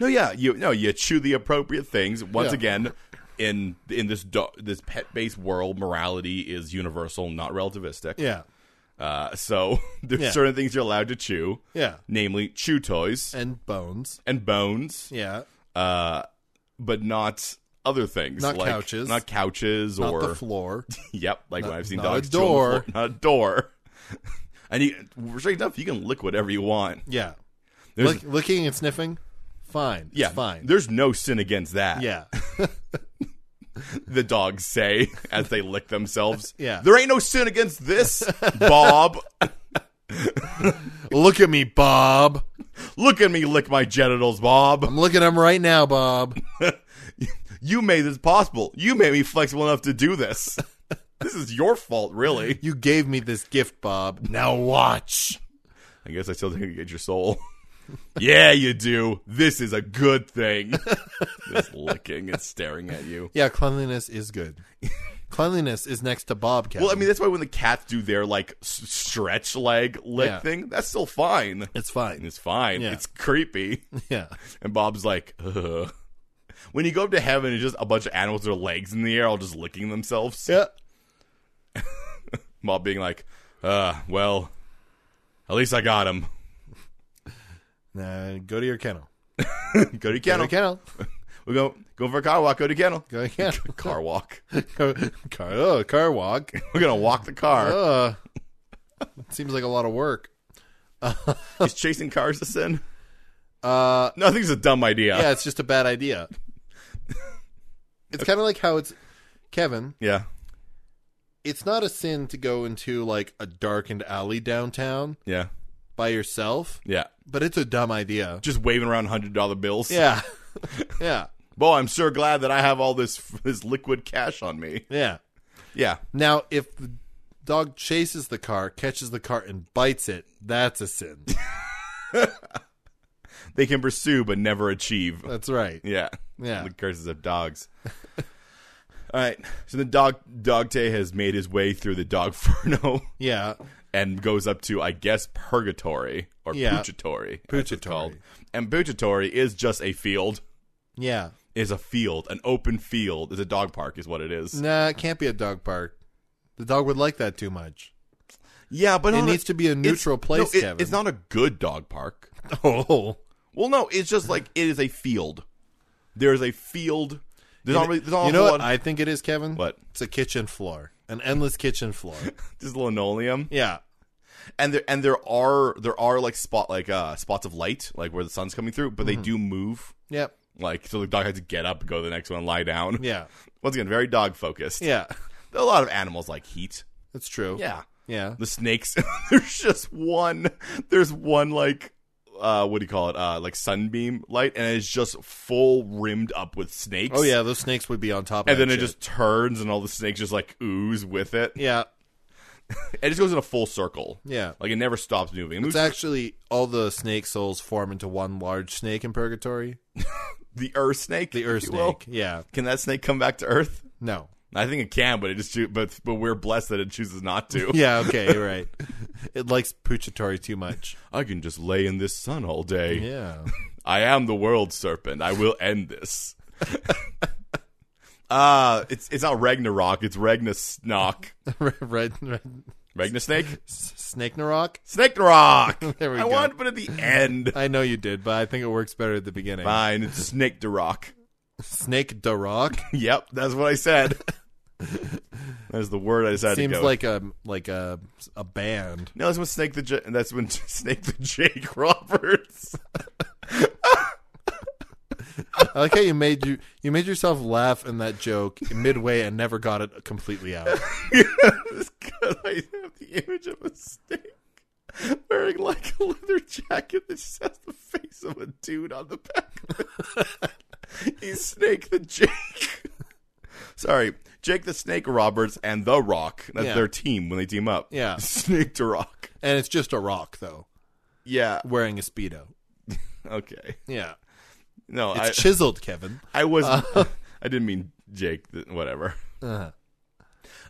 No, yeah, you no, you chew the appropriate things. Once Yeah. again, in in this do, this pet based world, morality is universal, not relativistic. Yeah. Uh, so there's Yeah. certain things you're allowed to chew, Yeah. namely chew toys And bones. and bones, Yeah. uh, but not other things, Not like- couches. not couches, Not or the floor. yep, like when I've seen not dogs a chew on the floor- door. not a door. And you, straight enough, you can lick whatever you want. Yeah. There's, Lick, licking and sniffing. Fine. It's yeah, Fine. There's no sin against that. yeah. the dogs say as they lick themselves. Yeah. There ain't no sin against this, Bob. Look at me, Bob. Look at me lick my genitals, Bob. I'm looking at him right now, Bob. You made this possible. You made me flexible enough to do this. This is your fault, really. You gave me this gift, Bob. Now watch. I guess I still think you get your soul. Yeah, you do. This is a good thing. Just licking and staring at you. Yeah, cleanliness is good. cleanliness is next to Bob. Kevin. Well, I mean, that's why when the cats do their like s- stretch leg lick Yeah. thing, that's still fine. it's fine. It's fine. Yeah. It's creepy. Yeah. And Bob's like, Ugh. when you go up to heaven, it's just a bunch of animals with their legs in the air, all just licking themselves. Yeah. Bob being like, uh, well, at least I got him. Now go to your kennel. go to Go to kennel. your kennel. we go go for a car walk. Go to kennel. Go to your kennel. Car walk. car, car, oh, car walk. We're gonna walk the car. Uh, it seems like a lot of work. He's chasing cars to sin. Uh, Nothing's a dumb idea. yeah, it's just a bad idea. It's kind of like how it's Kevin. Yeah. It's not a sin to go into like a darkened alley downtown Yeah. by yourself, Yeah. but it's a dumb idea. Just waving around hundred dollar bills. Yeah, yeah, Boy, I'm sure glad that I have all this this liquid cash on me. yeah. Yeah. Now, if the dog chases the car, catches the car, and bites it, that's a sin. They can pursue but never achieve. That's right. Yeah. Yeah. The curses of dogs. All right. So the dog Dogte has made his way through the dog furno Yeah, and goes up to I guess purgatory or Yeah. purgatory. as it's Purgatory. called. And purgatory is just a field. yeah. Is a field, an open field. Is a dog park is what it is. Nah, it can't be a dog park. The dog would like that too much. Yeah, but It on needs to be a it's- neutral place, no, it- Kevin. It's not a good dog park. Oh, Well, no, it's just like it is a field. There's a field. There's not really, there's not you a know whole what lot- I think it is, Kevin? What? It's a kitchen floor, an endless kitchen floor. just linoleum. yeah, and there and there are there are like spot like uh spots of light like where the sun's coming through but Mm-hmm. they do move yep, like so the dog has to get up go to the next one and lie down yeah, once again very dog focused yeah. a lot of animals like heat That's true. yeah yeah. the snakes there's just one there's one like uh what do you call it uh like sunbeam light and it's just full rimmed up with snakes Oh yeah, those snakes would be on top. of and that then it shit. just turns and all the snakes just like ooze with it yeah, it just goes in a full circle yeah. like it never stops moving it moves It's actually all the snake souls form into one large snake in purgatory. the Ur snake. The if Earth you will. snake. Yeah. Can that snake come back to Earth? No. I think it can, but it just choo- but but we're blessed that it chooses not to. Yeah, okay, you're right. It likes Puchatori too much. I can just lay in this sun all day. Yeah. I am the world serpent. I will end this. uh it's it's not Ragnarok, it's Ragnasnock. red, red Ragnasnake? Snake Narok? Snake Rock. There we I go. wanted to put it at the end. I know you did, but I think it works better at the beginning. Fine, it's Snake Rock. Snake Darok Yep, that's what I said. That's the word I decided seems to go. like a like a a band. no, that's when Snake the J- that's when Snake the Jake Roberts. I like how you made you you made yourself laugh in that joke midway and never got it completely out. Just 'cause I have the image of a snake wearing like a leather jacket that just has the face of a dude on the back. of it. He's Snake the Jake. Sorry, Jake the Snake Roberts and The Rock. That's Yeah. their team when they team up. Yeah. Snake to Rock. And it's just a rock though, Yeah. wearing a speedo. Okay. Yeah. No, It's I chiseled, Kevin. I was I didn't mean Jake. th- Whatever. Uh-huh.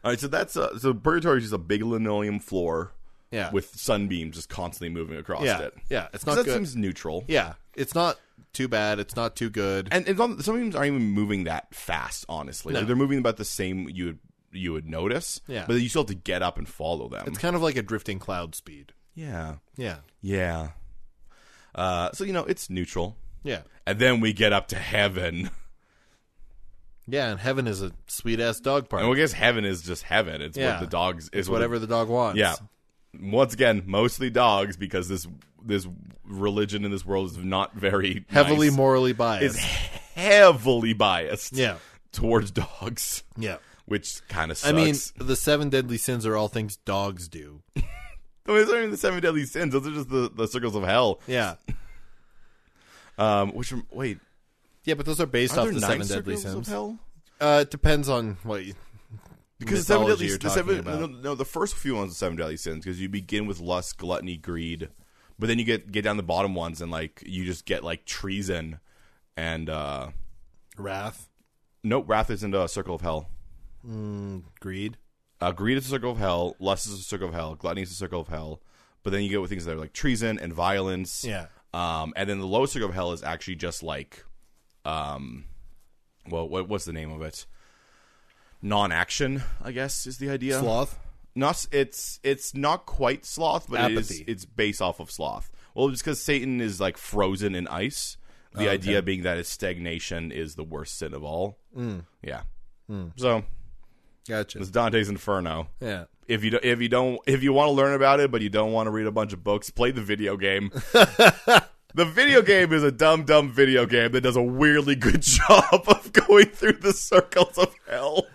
All right. So that's uh, so purgatory is just a big linoleum floor Yeah. with sunbeams just constantly moving across yeah. it. Yeah, it's So not that good. seems neutral. yeah, it's not too bad, it's not too good. And it's not, some of them aren't even moving that fast, honestly. Like, No. they're moving about the same you would you would notice. Yeah. But you still have to get up and follow them. it's kind of like a drifting cloud speed. yeah. Yeah. Yeah. Uh, so you know, it's neutral. Yeah. And then we get up to heaven. Yeah, and heaven is a sweet ass dog park. And I guess heaven is just heaven. It's Yeah. what the dogs is It's whatever the dog wants. Yeah. Once again, mostly dogs because this this religion in this world is not very Heavily nice. morally is biased. heavily biased yeah. towards dogs. Yeah. which kind of I sucks. mean, the seven deadly sins are all things dogs do. those aren't even the seven deadly sins. Those are just the, the circles of hell. Yeah. Um, which rem- wait, Yeah, but those are based are off there the nine seven deadly circles of sins. hell? Uh, it depends on what you, Because the seven mythology deadly you're the talking seven about. no, no, the first few ones are seven deadly sins because you begin with lust, gluttony, greed, but then you get get down the bottom ones and like you just get like treason and uh wrath, no wrath is into a circle of hell. greed. Uh, greed is a circle of hell. Lust is a circle of hell. Gluttony is a circle of hell. But then you get with things that are like treason and violence. Yeah. Um, and then the lowest circle of hell is actually just like, um, well, what, what's the name of it? Non-action, I guess, is the idea. Sloth. Not it's it's not quite sloth, but it is, Apathy. it's based off of sloth. Well, it's because Satan is like frozen in ice. The Oh, idea being that his stagnation is the worst sin of all. Mm. Yeah. So Gotcha. it's Dante's Inferno. Yeah. If you do, if you don't if you want to learn about it but you don't want to read a bunch of books, play the video game. the video game is a dumb dumb video game that does a weirdly good job of going through the circles of hell.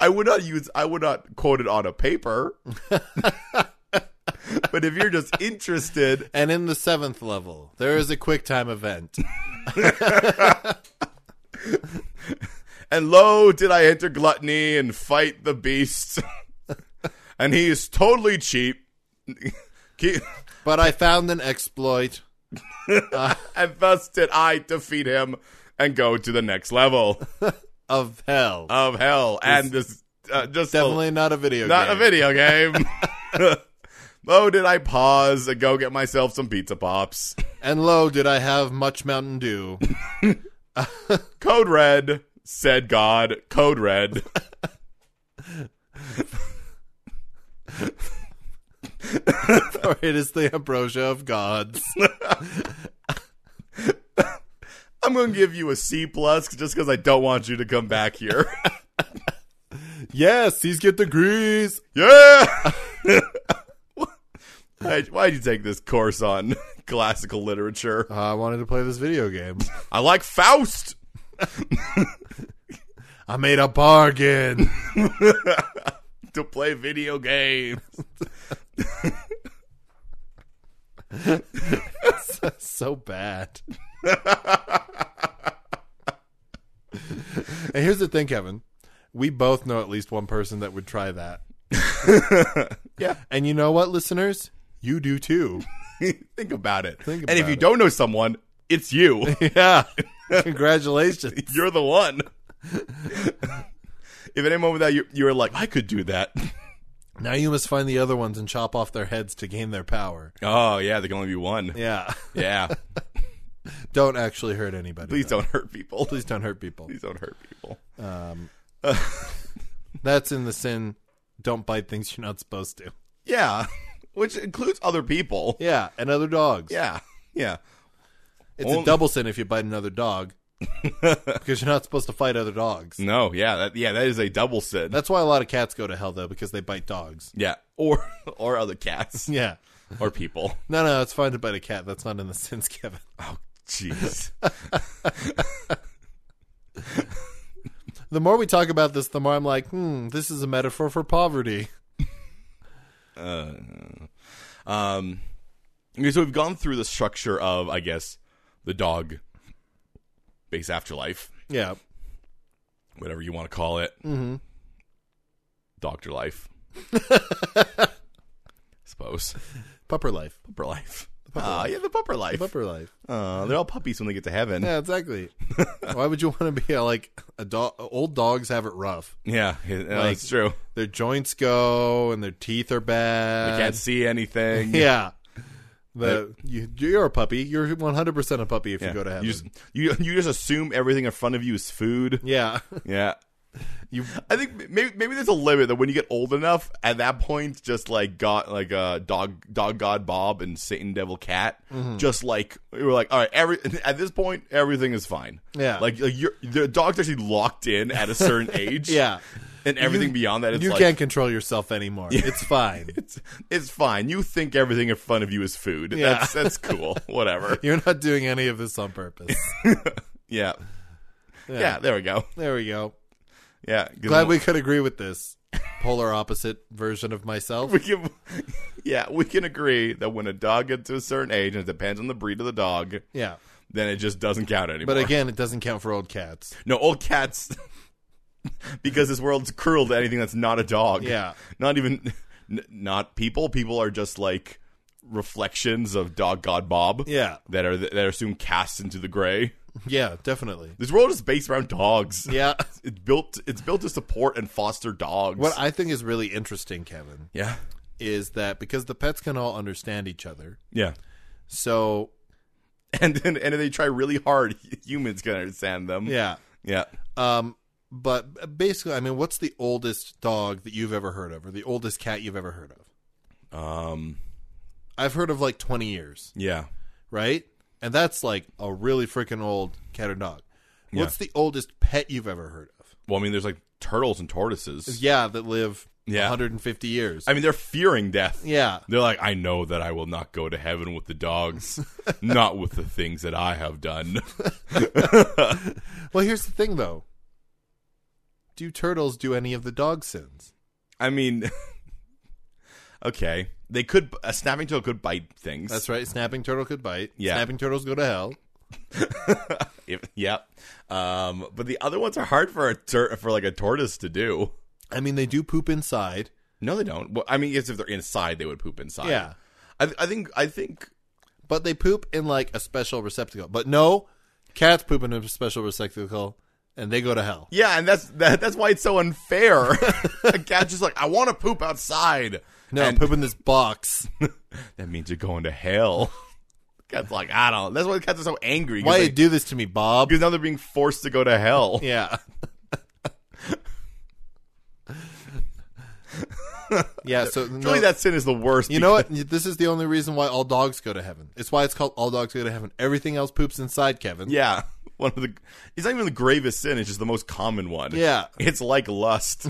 I would not use I would not quote it on a paper. but if you're just interested, And in the seventh level, there is a quick time event. and lo did I enter gluttony and fight the beast. and he is totally cheap. Keep- But I found an exploit. and thus did I defeat him and go to the next level of hell. of hell. And this uh, just a- Definitely not a video not game. a video game. oh, did I pause and go get myself some pizza pops? And lo, did I have much Mountain Dew. Code red said God. Code red. For it is the ambrosia of gods. I'm going to give you a C plus just because I don't want you to come back here. yes, these get degrees. yeah. Why'd why'd you take this course on classical literature? Uh, I wanted to play this video game. I like Faust. I made a bargain. to play video games. so bad. and here's the thing, Kevin. We both know at least one person that would try that. Yeah. And you know what, listeners? You do too. Think about it. Think and if about you it. don't know someone, it's you. Yeah. Congratulations. You're the one. if at any moment that you you were like, I could do that. Now you must find the other ones and chop off their heads to gain their power. Oh yeah, there can only be one. Yeah. Yeah. Don't actually hurt anybody. Please though. don't hurt people. Please don't hurt people. Please don't hurt people. That's in the sin. Don't bite things you're not supposed to. Yeah. Which includes other people. Yeah, and other dogs. Yeah. Yeah. It's Only- a double sin if you bite another dog because you're not supposed to fight other dogs. No, yeah, that yeah, that is a double sin. That's why a lot of cats go to hell though because they bite dogs. yeah. Or or other cats. Yeah. or people. No, no, it's fine to bite a cat. That's not in the sins, Kevin. Oh jeez. The more we talk about this, the more I'm like, hmm, this is a metaphor for poverty. Uh, Um, okay, so we've gone through the structure of, I guess, the dog base afterlife, Yeah. whatever you want to call it. Mm-hmm. Doctor life, suppose. Pupper life. Pupper life. Ah, yeah, the pupper life. Pupper life. Uh, they're all puppies when they get to heaven. Yeah, Yeah, exactly. Why would you want to be a, like a dog? Old dogs have it rough. yeah, Like- that's true. Their joints go and their teeth are They bad. can't see anything. uh, Yeah. The, you, you're a puppy. You're 100% a puppy if Yeah. you go to heaven. You just, you, you just assume everything in front of you is food. yeah. Yeah. You, I think maybe maybe there's a limit that when you get old enough, at that point, just like God, like uh, dog, dog god Bob and Satan devil cat, Mm-hmm. just like we were like, all right, every at this point, everything is fine. Yeah. like, like you're, the dog's actually locked in at a certain age. Yeah. and everything beyond that, it's you like can't control yourself anymore. It's fine. It's, it's fine. You think everything in front of you is food. Yeah. That's that's cool. Whatever. You're not doing any of this on purpose. Yeah. yeah, There we go. There we go. Yeah, Glad we could agree with this polar opposite version of myself. we can, yeah, we can agree that when a dog gets to a certain age, and it depends on the breed of the dog, Yeah. then it just doesn't count anymore. But again, it doesn't count for old cats. no, old cats, because this world's cruel to anything that's not a dog. Yeah. not even n- not people. People are just like reflections of dog god Bob. Yeah. that are that are soon cast into the gray. Yeah, definitely. This world is based around dogs. Yeah. It's built. It's built to support and foster dogs. What I think is really interesting, Kevin, yeah, is that because the pets can all understand each other, yeah. so And then and they try really hard. Humans can understand them. yeah. yeah. Um, but basically, I mean, what's the oldest dog that you've ever heard of, or the oldest cat you've ever heard of? Um. I've heard of like twenty years, Yeah. right? And that's like a really freaking old cat or dog. What's the oldest pet you've ever heard of? Well, I mean, there's like turtles and tortoises. Yeah, that live Yeah. 150 years. I mean, they're fearing death. yeah, They're like, I know that I will not go to heaven with the dogs, not with the things that I have done. Well, here's the thing, though. Do turtles do any of the dog sins? I mean, okay, they could a snapping turtle could bite things. That's right. Snapping turtle could bite. Yeah. Snapping turtles go to hell. If, yep. Um, but the other ones are hard for a tur- for like a tortoise to do. I mean, they do poop inside. No, they don't. Well, I mean, it's if they're inside, they would poop inside. Yeah. I, I think. I think. But they poop in like a special receptacle. But no, cats poop in a special receptacle and they go to hell. Yeah, and that's that, that's why it's so unfair. a cat's just like, I want to poop outside. No, And- poop in this box. that means you're going to hell. Cat's like, I don't. That's why cats are so angry. 'cause Why they- you do this to me, Bob? Because now they're being forced to go to hell. Yeah. yeah, so no- Really, that sin is the worst. You know what? This is the only reason why all dogs go to heaven. It's why it's called all dogs go to heaven. Everything else poops inside, Kevin. Yeah, one of the. It's not even the gravest sin. It's just the most common one. Yeah. it's like lust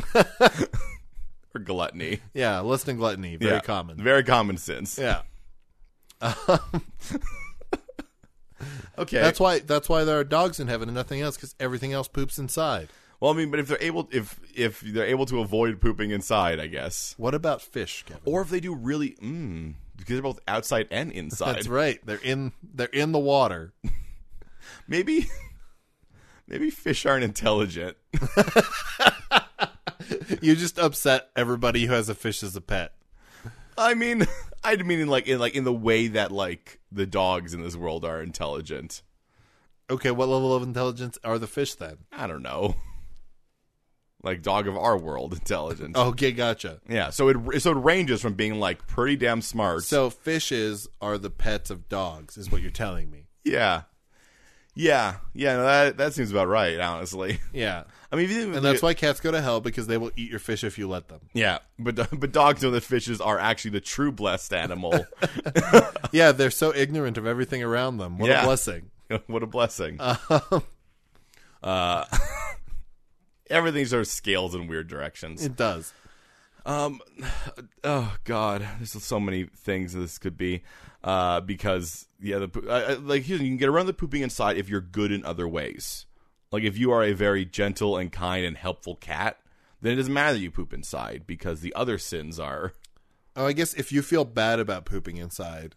or gluttony. Yeah, lust and gluttony, very Yeah. common. Very common sins. yeah. Okay. That's why that's why there are dogs in heaven and nothing else cuz everything else poops inside. well, I mean, but if they're able, if if they're able to avoid pooping inside, I guess, What about fish, Kevin? or if they do really, mm, because they're both outside and inside. that's right. They're in they're in the water. Maybe, maybe fish aren't intelligent. You just upset everybody who has a fish as a pet. I mean, I mean, in like in like in the way that like the dogs in this world are intelligent. Okay, what level of intelligence are the fish then? I don't know, like dog of our world intelligent. Okay, gotcha. Yeah, so it so it ranges from being like pretty damn smart. So fishes are the pets of dogs, is what you're telling me. yeah, yeah, yeah. no, that that seems about right, honestly. Yeah. I mean, if you think- And that's why cats go to hell because they will eat your fish if you let them. Yeah, but but dogs know that fishes are actually the true blessed animal. Yeah, they're so ignorant of everything around them. What Yeah. a blessing. what a blessing. Uh, everything sort of scales in weird directions. It does. Um, oh God, there's so many things this could be. Uh, because yeah, the po- I, I, like here's you can get around the pooping inside if you're good in other ways. Like if you are a very gentle and kind and helpful cat, then it doesn't matter that you poop inside because the other sins are. Oh, I guess if you feel bad about pooping inside,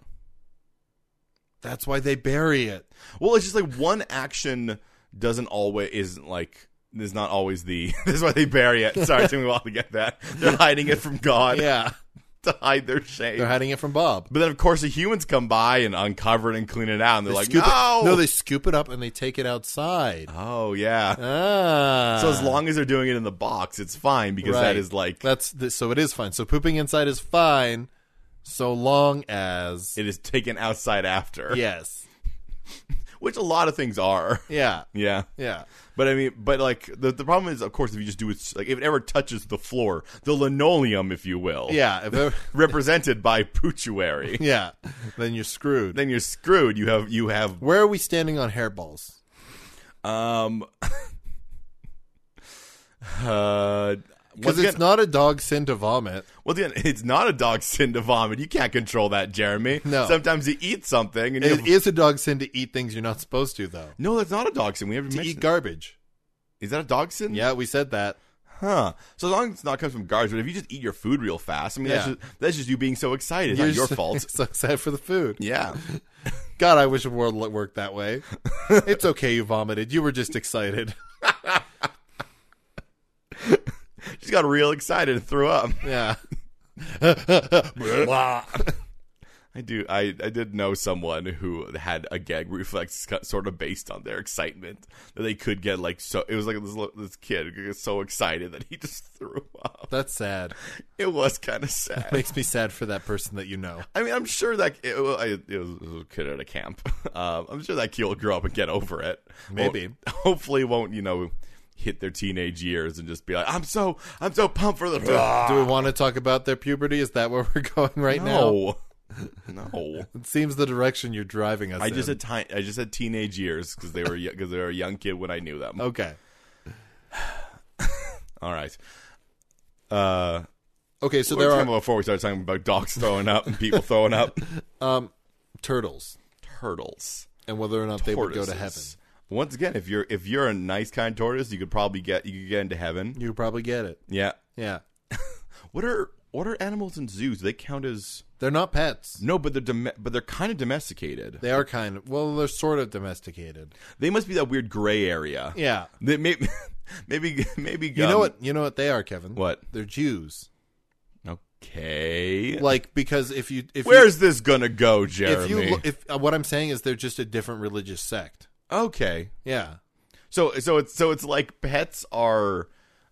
that's why they bury it. Well, it's just like one action doesn't always isn't like is not always the. this is why they bury it. Sorry, it took me a while to get that. They're hiding it from God Yeah. to hide their shame. They're hiding it from Bob. but then, of course, the humans come by and uncover it and clean it out, and they're like, scoop "No, It, no, they scoop it up and they take it outside. oh yeah." Ah. so as long as they're doing it in the box, it's fine because Right. that is like That's the, so it is fine. So pooping inside is fine so long as it is taken outside after, yes. which a lot of things are. Yeah. Yeah, Yeah. but I mean, but like the the problem is, of course, if you just do it, like if it ever touches the floor, the linoleum, if you will, Yeah, if ever- represented by pootuary, yeah, then you're screwed. then you're screwed. You have you have Where are we standing on hairballs? um uh Because once it's again, not a dog sin to vomit. once again, it's not a dog sin to vomit. You can't control that, Jeremy. No. Sometimes you eat something and you It is a dog sin to eat things you're not supposed to, though. No, that's not a dog sin. We haven't To mentioned eat garbage. it. Is that a dog sin? Yeah, we said that. Huh. So as long as it's not comes from garbage, but if you just eat your food real fast, I mean that's Yeah. just that's just you being so excited. It's You're not your so- fault. So sad for the food. yeah. God, I wish the world let- worked that way. it's okay you vomited. You were just excited. Just got real excited and threw up. Yeah. Blah. I do. I, I did know someone who had a gag reflex cu- sort of based on their excitement that they could get like so. It was like this little- this kid who gets so excited that he just threw up. That's sad. It was kind of sad. Makes me sad for that person that you know. I mean, I'm sure that it, wa- I- it was, it was a kid at a camp. Um, I'm sure that kid will grow up and get over it. Maybe. Won't- hopefully, won't you know hit their teenage years and just be like, I'm so I'm so pumped for the. Do we want to talk about their puberty? Is that where we're going right now? no, no. It seems the direction you're driving us I just in. had ti- I just had teenage years because they were because they were a young kid when I knew them. Okay. All right. Uh, Okay, so we were there talking are about before we started talking about dogs throwing up and people throwing up turtles turtles. and whether or not they would go to heaven. tortoises. Once again, if you're if you're a nice kind tortoise, you could probably get you could get into heaven. You could probably get it. Yeah. Yeah. What are what are animals in zoos? Do they count as They're not pets. no, but they're dom- but they're kind of domesticated. They are kind of, well, they're sort of domesticated. They must be that weird gray area. Yeah. They may- maybe maybe You know um, what? You know what they are, Kevin? What? They're Jews. Okay. Like because if you if Where's this gonna go, you, Jeremy? if you lo- if uh, what I'm saying is they're just a different religious sect. okay, Yeah. so so it's so it's like pets are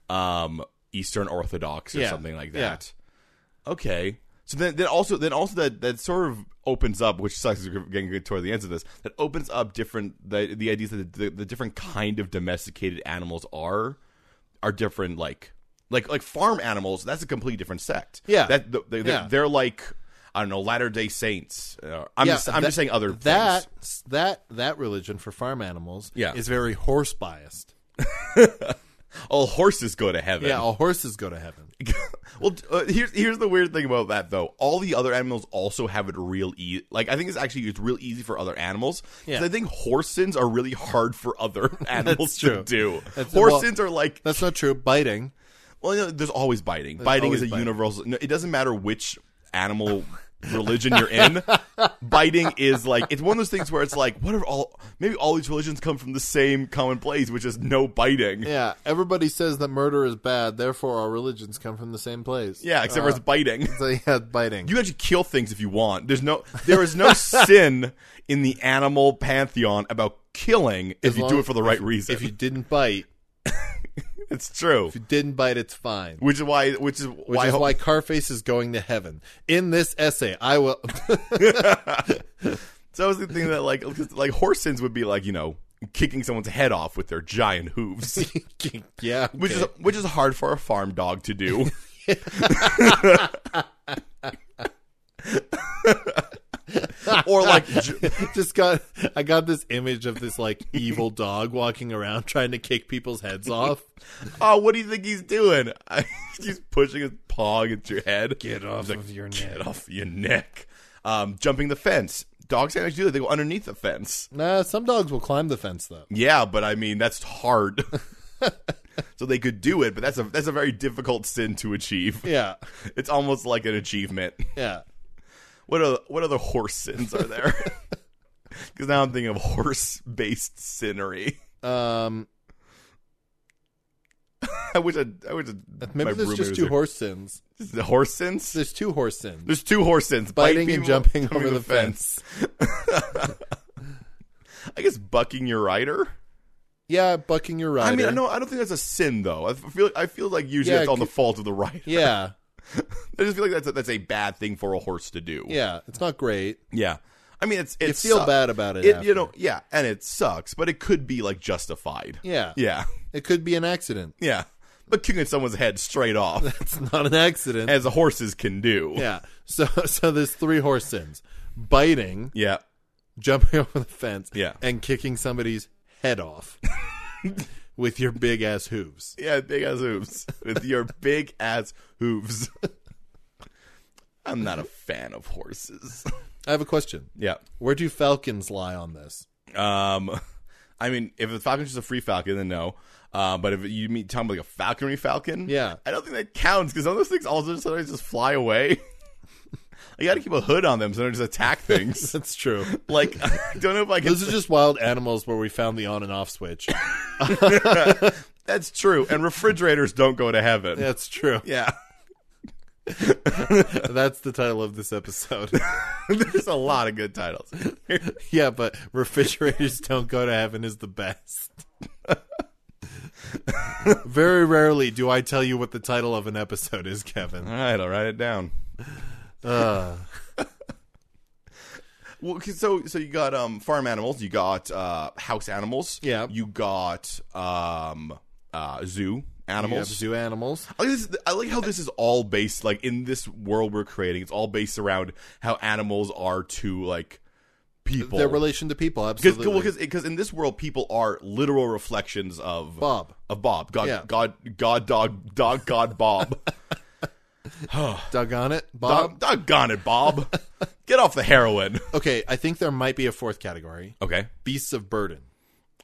um Eastern Orthodox or Yeah. something like that. Okay, so then then also then also that that sort of opens up, which sucks. as We're getting toward the end of this. That opens up different the the ideas that the, the different kind of domesticated animals are are different. Like like like farm animals, that's a completely different sect. Yeah. that the, they, Yeah. they're, they're like. I don't know Latter Day Saints. Uh, I'm Yeah, just I'm that- just saying other things. that that that religion for farm animals Yeah. is very horse biased. all Oh, horses go to heaven. Yeah, all horses go to heaven. well, uh, here's here's the weird thing about that though. All the other animals also have it real easy. Like I think it's actually it's real easy for other animals. 'Cause Yeah. I think horse sins are really hard for other animals to true. do. That's- horse well- sins are like That's not true. Biting. well, you know, there's always biting. biting is a always biting. universal. No, it doesn't matter which animal religion you're in, biting is like it's one of those things where it's like, what are all maybe all these religions come from the same common place, which is no biting. Yeah, Yeah, everybody says that murder is bad, therefore our religions come from the same place. Uh, except for it's biting. So yeah, biting. You actually kill things if you want. There's no there is no sin in the animal pantheon about killing if you do long- it for the right reason. if you didn't bite, it's true. if you didn't bite, it's fine. Which is why which is Which why, is why Carface is going to heaven. In this essay, I will. So I was thinking that like 'cause, like horse sins would be like you know kicking someone's head off with their giant hooves, yeah, okay. which is which is hard for a farm dog to do. or like j- just got. I got this image of this like evil dog walking around trying to kick people's heads off. oh what do you think he's doing? he's pushing his paw against your head. Get off of your Get off your neck. Um, jumping the fence. Dogs can't actually do that. They go underneath the fence. Nah, some dogs will climb the fence though. Yeah, but I mean that's hard. so they could do it, but that's a that's a very difficult sin to achieve. Yeah, It's almost like an achievement. yeah. What other what other horse sins are there? Because now I'm thinking of horse based sinery. Um, I wish I, I wish I'd- maybe my there's roommate just was two here. horse sins. Is it horse sins. There's two horse sins. There's two horse sins: Bite biting and people, jumping over the I guess bucking your rider. Yeah, bucking your rider. I mean, I know I don't think that's a sin though. I feel I feel like usually Yeah, it's on the c- fault of the rider. Yeah, I just feel like that's a, that's a bad thing for a horse to do. yeah. It's not great. yeah. I mean, it's it You feel sucks. bad about it. It, you after. know, yeah, and it sucks, but it could be like justified. Yeah. Yeah. It could be an accident. Yeah. But kicking someone's head straight off, It's not an accident. as horses can do. yeah. So so there's three horse sins: biting, Yeah. jumping over the fence, Yeah. and kicking somebody's head off with your big ass hooves. Yeah, big ass hooves. With your big ass hooves. I'm not a fan of horses. I have a question. Yeah. Where do falcons lie on this? Um, I mean, if a falcon's just a free falcon, then no. Uh, but if you meet Tom like a falconry falcon, Yeah. I don't think that counts because some of those things also sometimes just fly away. I got to keep a hood on them so they don't just attack things. That's true. like, I don't know if I can. Those are just wild animals where we found the on and off switch. That's true. And refrigerators don't go to heaven. That's true. Yeah. That's the title of this episode. There's a lot of good titles. yeah, but refrigerators don't go to heaven is the best. Very rarely do I tell you what the title of an episode is, Kevin. All right, I'll write it down. Uh, Well, 'cause so so you got um farm animals, you got uh house animals, Yeah. you got um uh zoo you have animals. zoo animals. I like, this, I like how this is all based like in this world we're creating. It's all based around how animals are to like people. Their relation to people, because absolutely. because in this world people are literal reflections of Bob, of Bob God Yeah. God God dog dog God Bob. dug on it. Bob. Dog, doggone it, Bob. Get off the heroin. Okay, I think there might be a fourth category: Okay. beasts of burden.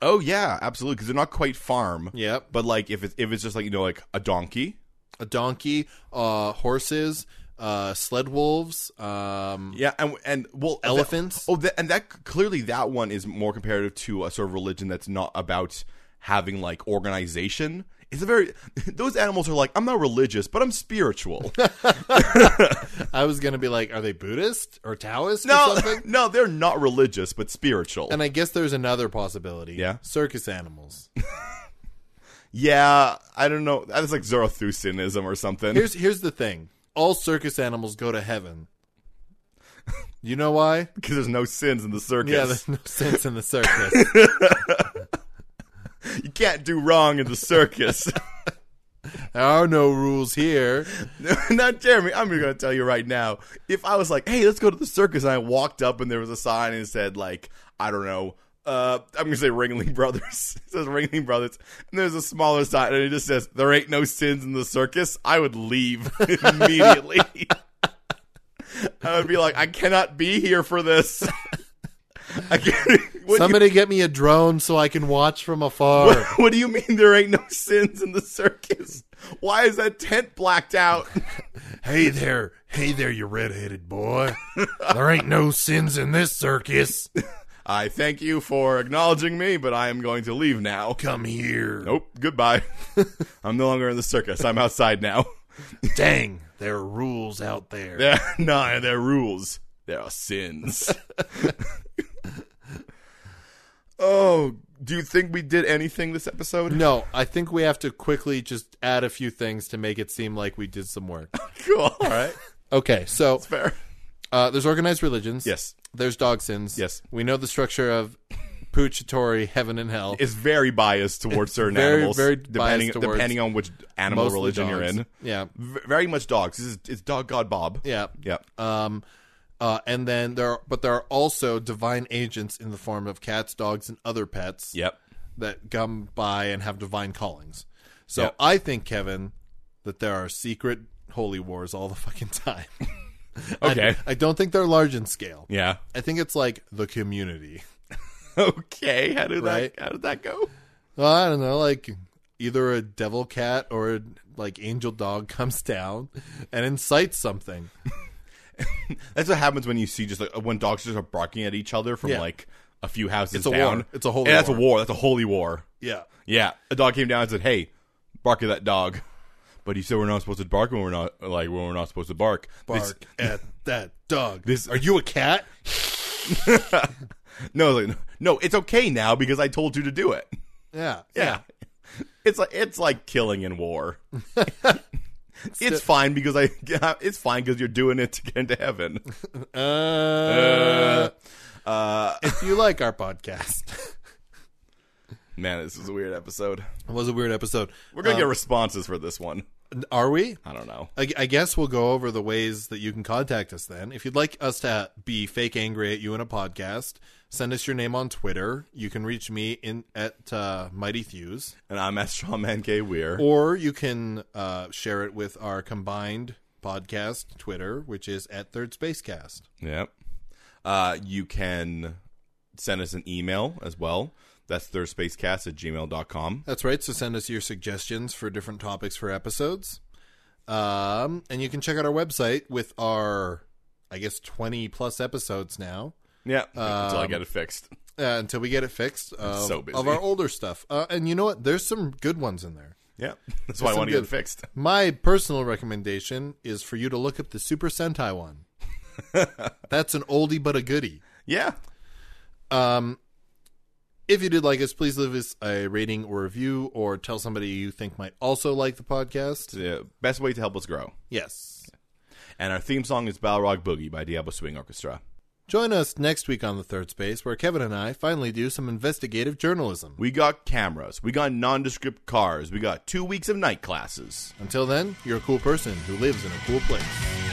Oh yeah, absolutely. Because they're not quite farm. Yep. But like if it's if it's just like you know like a donkey. A donkey, uh, horses, uh, sled wolves. Um, Yeah, and and well Elephants? that- oh, that, and that clearly that one is more comparative to a sort of religion that's not about having like organization. It's a very those animals are like I'm not religious, but I'm spiritual. I was gonna be like, are they Buddhist or Taoist? or No, something? no, they're not religious, but spiritual. And I guess there's another possibility. Yeah? Circus animals. yeah, I don't know. That's like Zarathustrianism or something. Here's here's the thing. All circus animals go to heaven. You know why? Because there's no sins in the circus. Yeah, there's no sense in the circus. You can't do wrong in the circus. there are no rules here. Not Jeremy. I'm going to tell you right now. If I was like, "Hey, let's go to the circus," and I walked up and there was a sign and it said, like, I don't know, uh, I'm going to say Ringling Brothers. it says Ringling Brothers, and there's a smaller sign and it just says, "There ain't no sins in the circus." I would leave immediately. I would be like, I cannot be here for this. I can't. What do you- Somebody get me a drone so I can watch from afar. what do you mean there ain't no sins in the circus? Why is that tent blacked out? Hey there, hey there, you red-headed boy. there ain't no sins in this circus. I thank you for acknowledging me, but I am going to leave now. Come here. Nope, goodbye. I'm no longer in the circus. I'm outside now. Dang, there are rules out there. There, no, there are rules. There are sins. oh, do you think we did anything this episode? No, I think we have to quickly just add a few things to make it seem like we did some work. Cool. All right. Okay, so Fair. uh, there's organized religions. Yes. There's dog sins. Yes. We know the structure of Puchatori, heaven and hell. It's very biased towards certain very, animals, very depending biased towards depending on which animal mostly religion you're dogs. in. Yeah. V- very much dogs. This is, it's dog god Bob. Yeah. Yep. Um, uh, and then there, are, but there are also divine agents in the form of cats, dogs, and other pets Yep. that come by and have divine callings. So Yeah. I think, Kevin, that there are secret holy wars all the fucking time. I- Okay. I, don't think they're large in scale. Yeah. I think it's like the community. Okay. How did Right. that? How did that go? Well, I don't know, like either a devil cat or a, like angel dog comes down and incites something. That's what happens when you see just like when dogs just are barking at each other from Yeah. like a few houses It's a down. war. It's a holy Yeah, that's war. a war. That's a holy war. Yeah. Yeah, a dog came down and said, "Hey, bark at that dog." But he said we're not supposed to bark when we're not like when we're not supposed to bark. This- Bark at that dog. This- are you a cat? no, it's like, no, it's okay now because I told you to do it. Yeah. Yeah, it's like it's like killing in war. it's fine because I. It's fine because you're doing it to get into heaven. Uh, Uh, if you like our podcast. man, this is a weird episode. it was a weird episode. We're gonna Uh, get responses for this one. Are we? I don't know. I, I guess we'll go over the ways that you can contact us then. If you'd like us to be fake angry at you in a podcast, send us your name on Twitter. You can reach me in at uh, Mighty Thews, And I'm at Strawman K. Weir. or you can uh, share it with our combined podcast Twitter, which is at Third Space Cast. Yep. Uh, you can send us an email as well. That's thirdspacecast at gmail.com. That's right. So send us your suggestions for different topics for episodes. Um, and you can check out our website with our, I guess, 20 plus episodes now. Yeah. um, until I get it fixed. uh, until we get it fixed of, so busy. of our older stuff. Uh, and you know what? There's some good ones in there. Yeah. That's why I some want to get good- it fixed. My personal recommendation is for you to look up the Super Sentai one. That's an oldie but a goodie. Yeah. Um, if you did like us, please leave us a rating or review, or tell somebody you think might also like the podcast. The best way to help us grow. Yes. And our theme song is Balrog Boogie by Diablo Swing Orchestra. Join us next week on the Third Space, where Kevin and I finally do some investigative journalism. We got cameras. We got nondescript cars. We got two weeks of night classes. Until then, you're a cool person who lives in a cool place.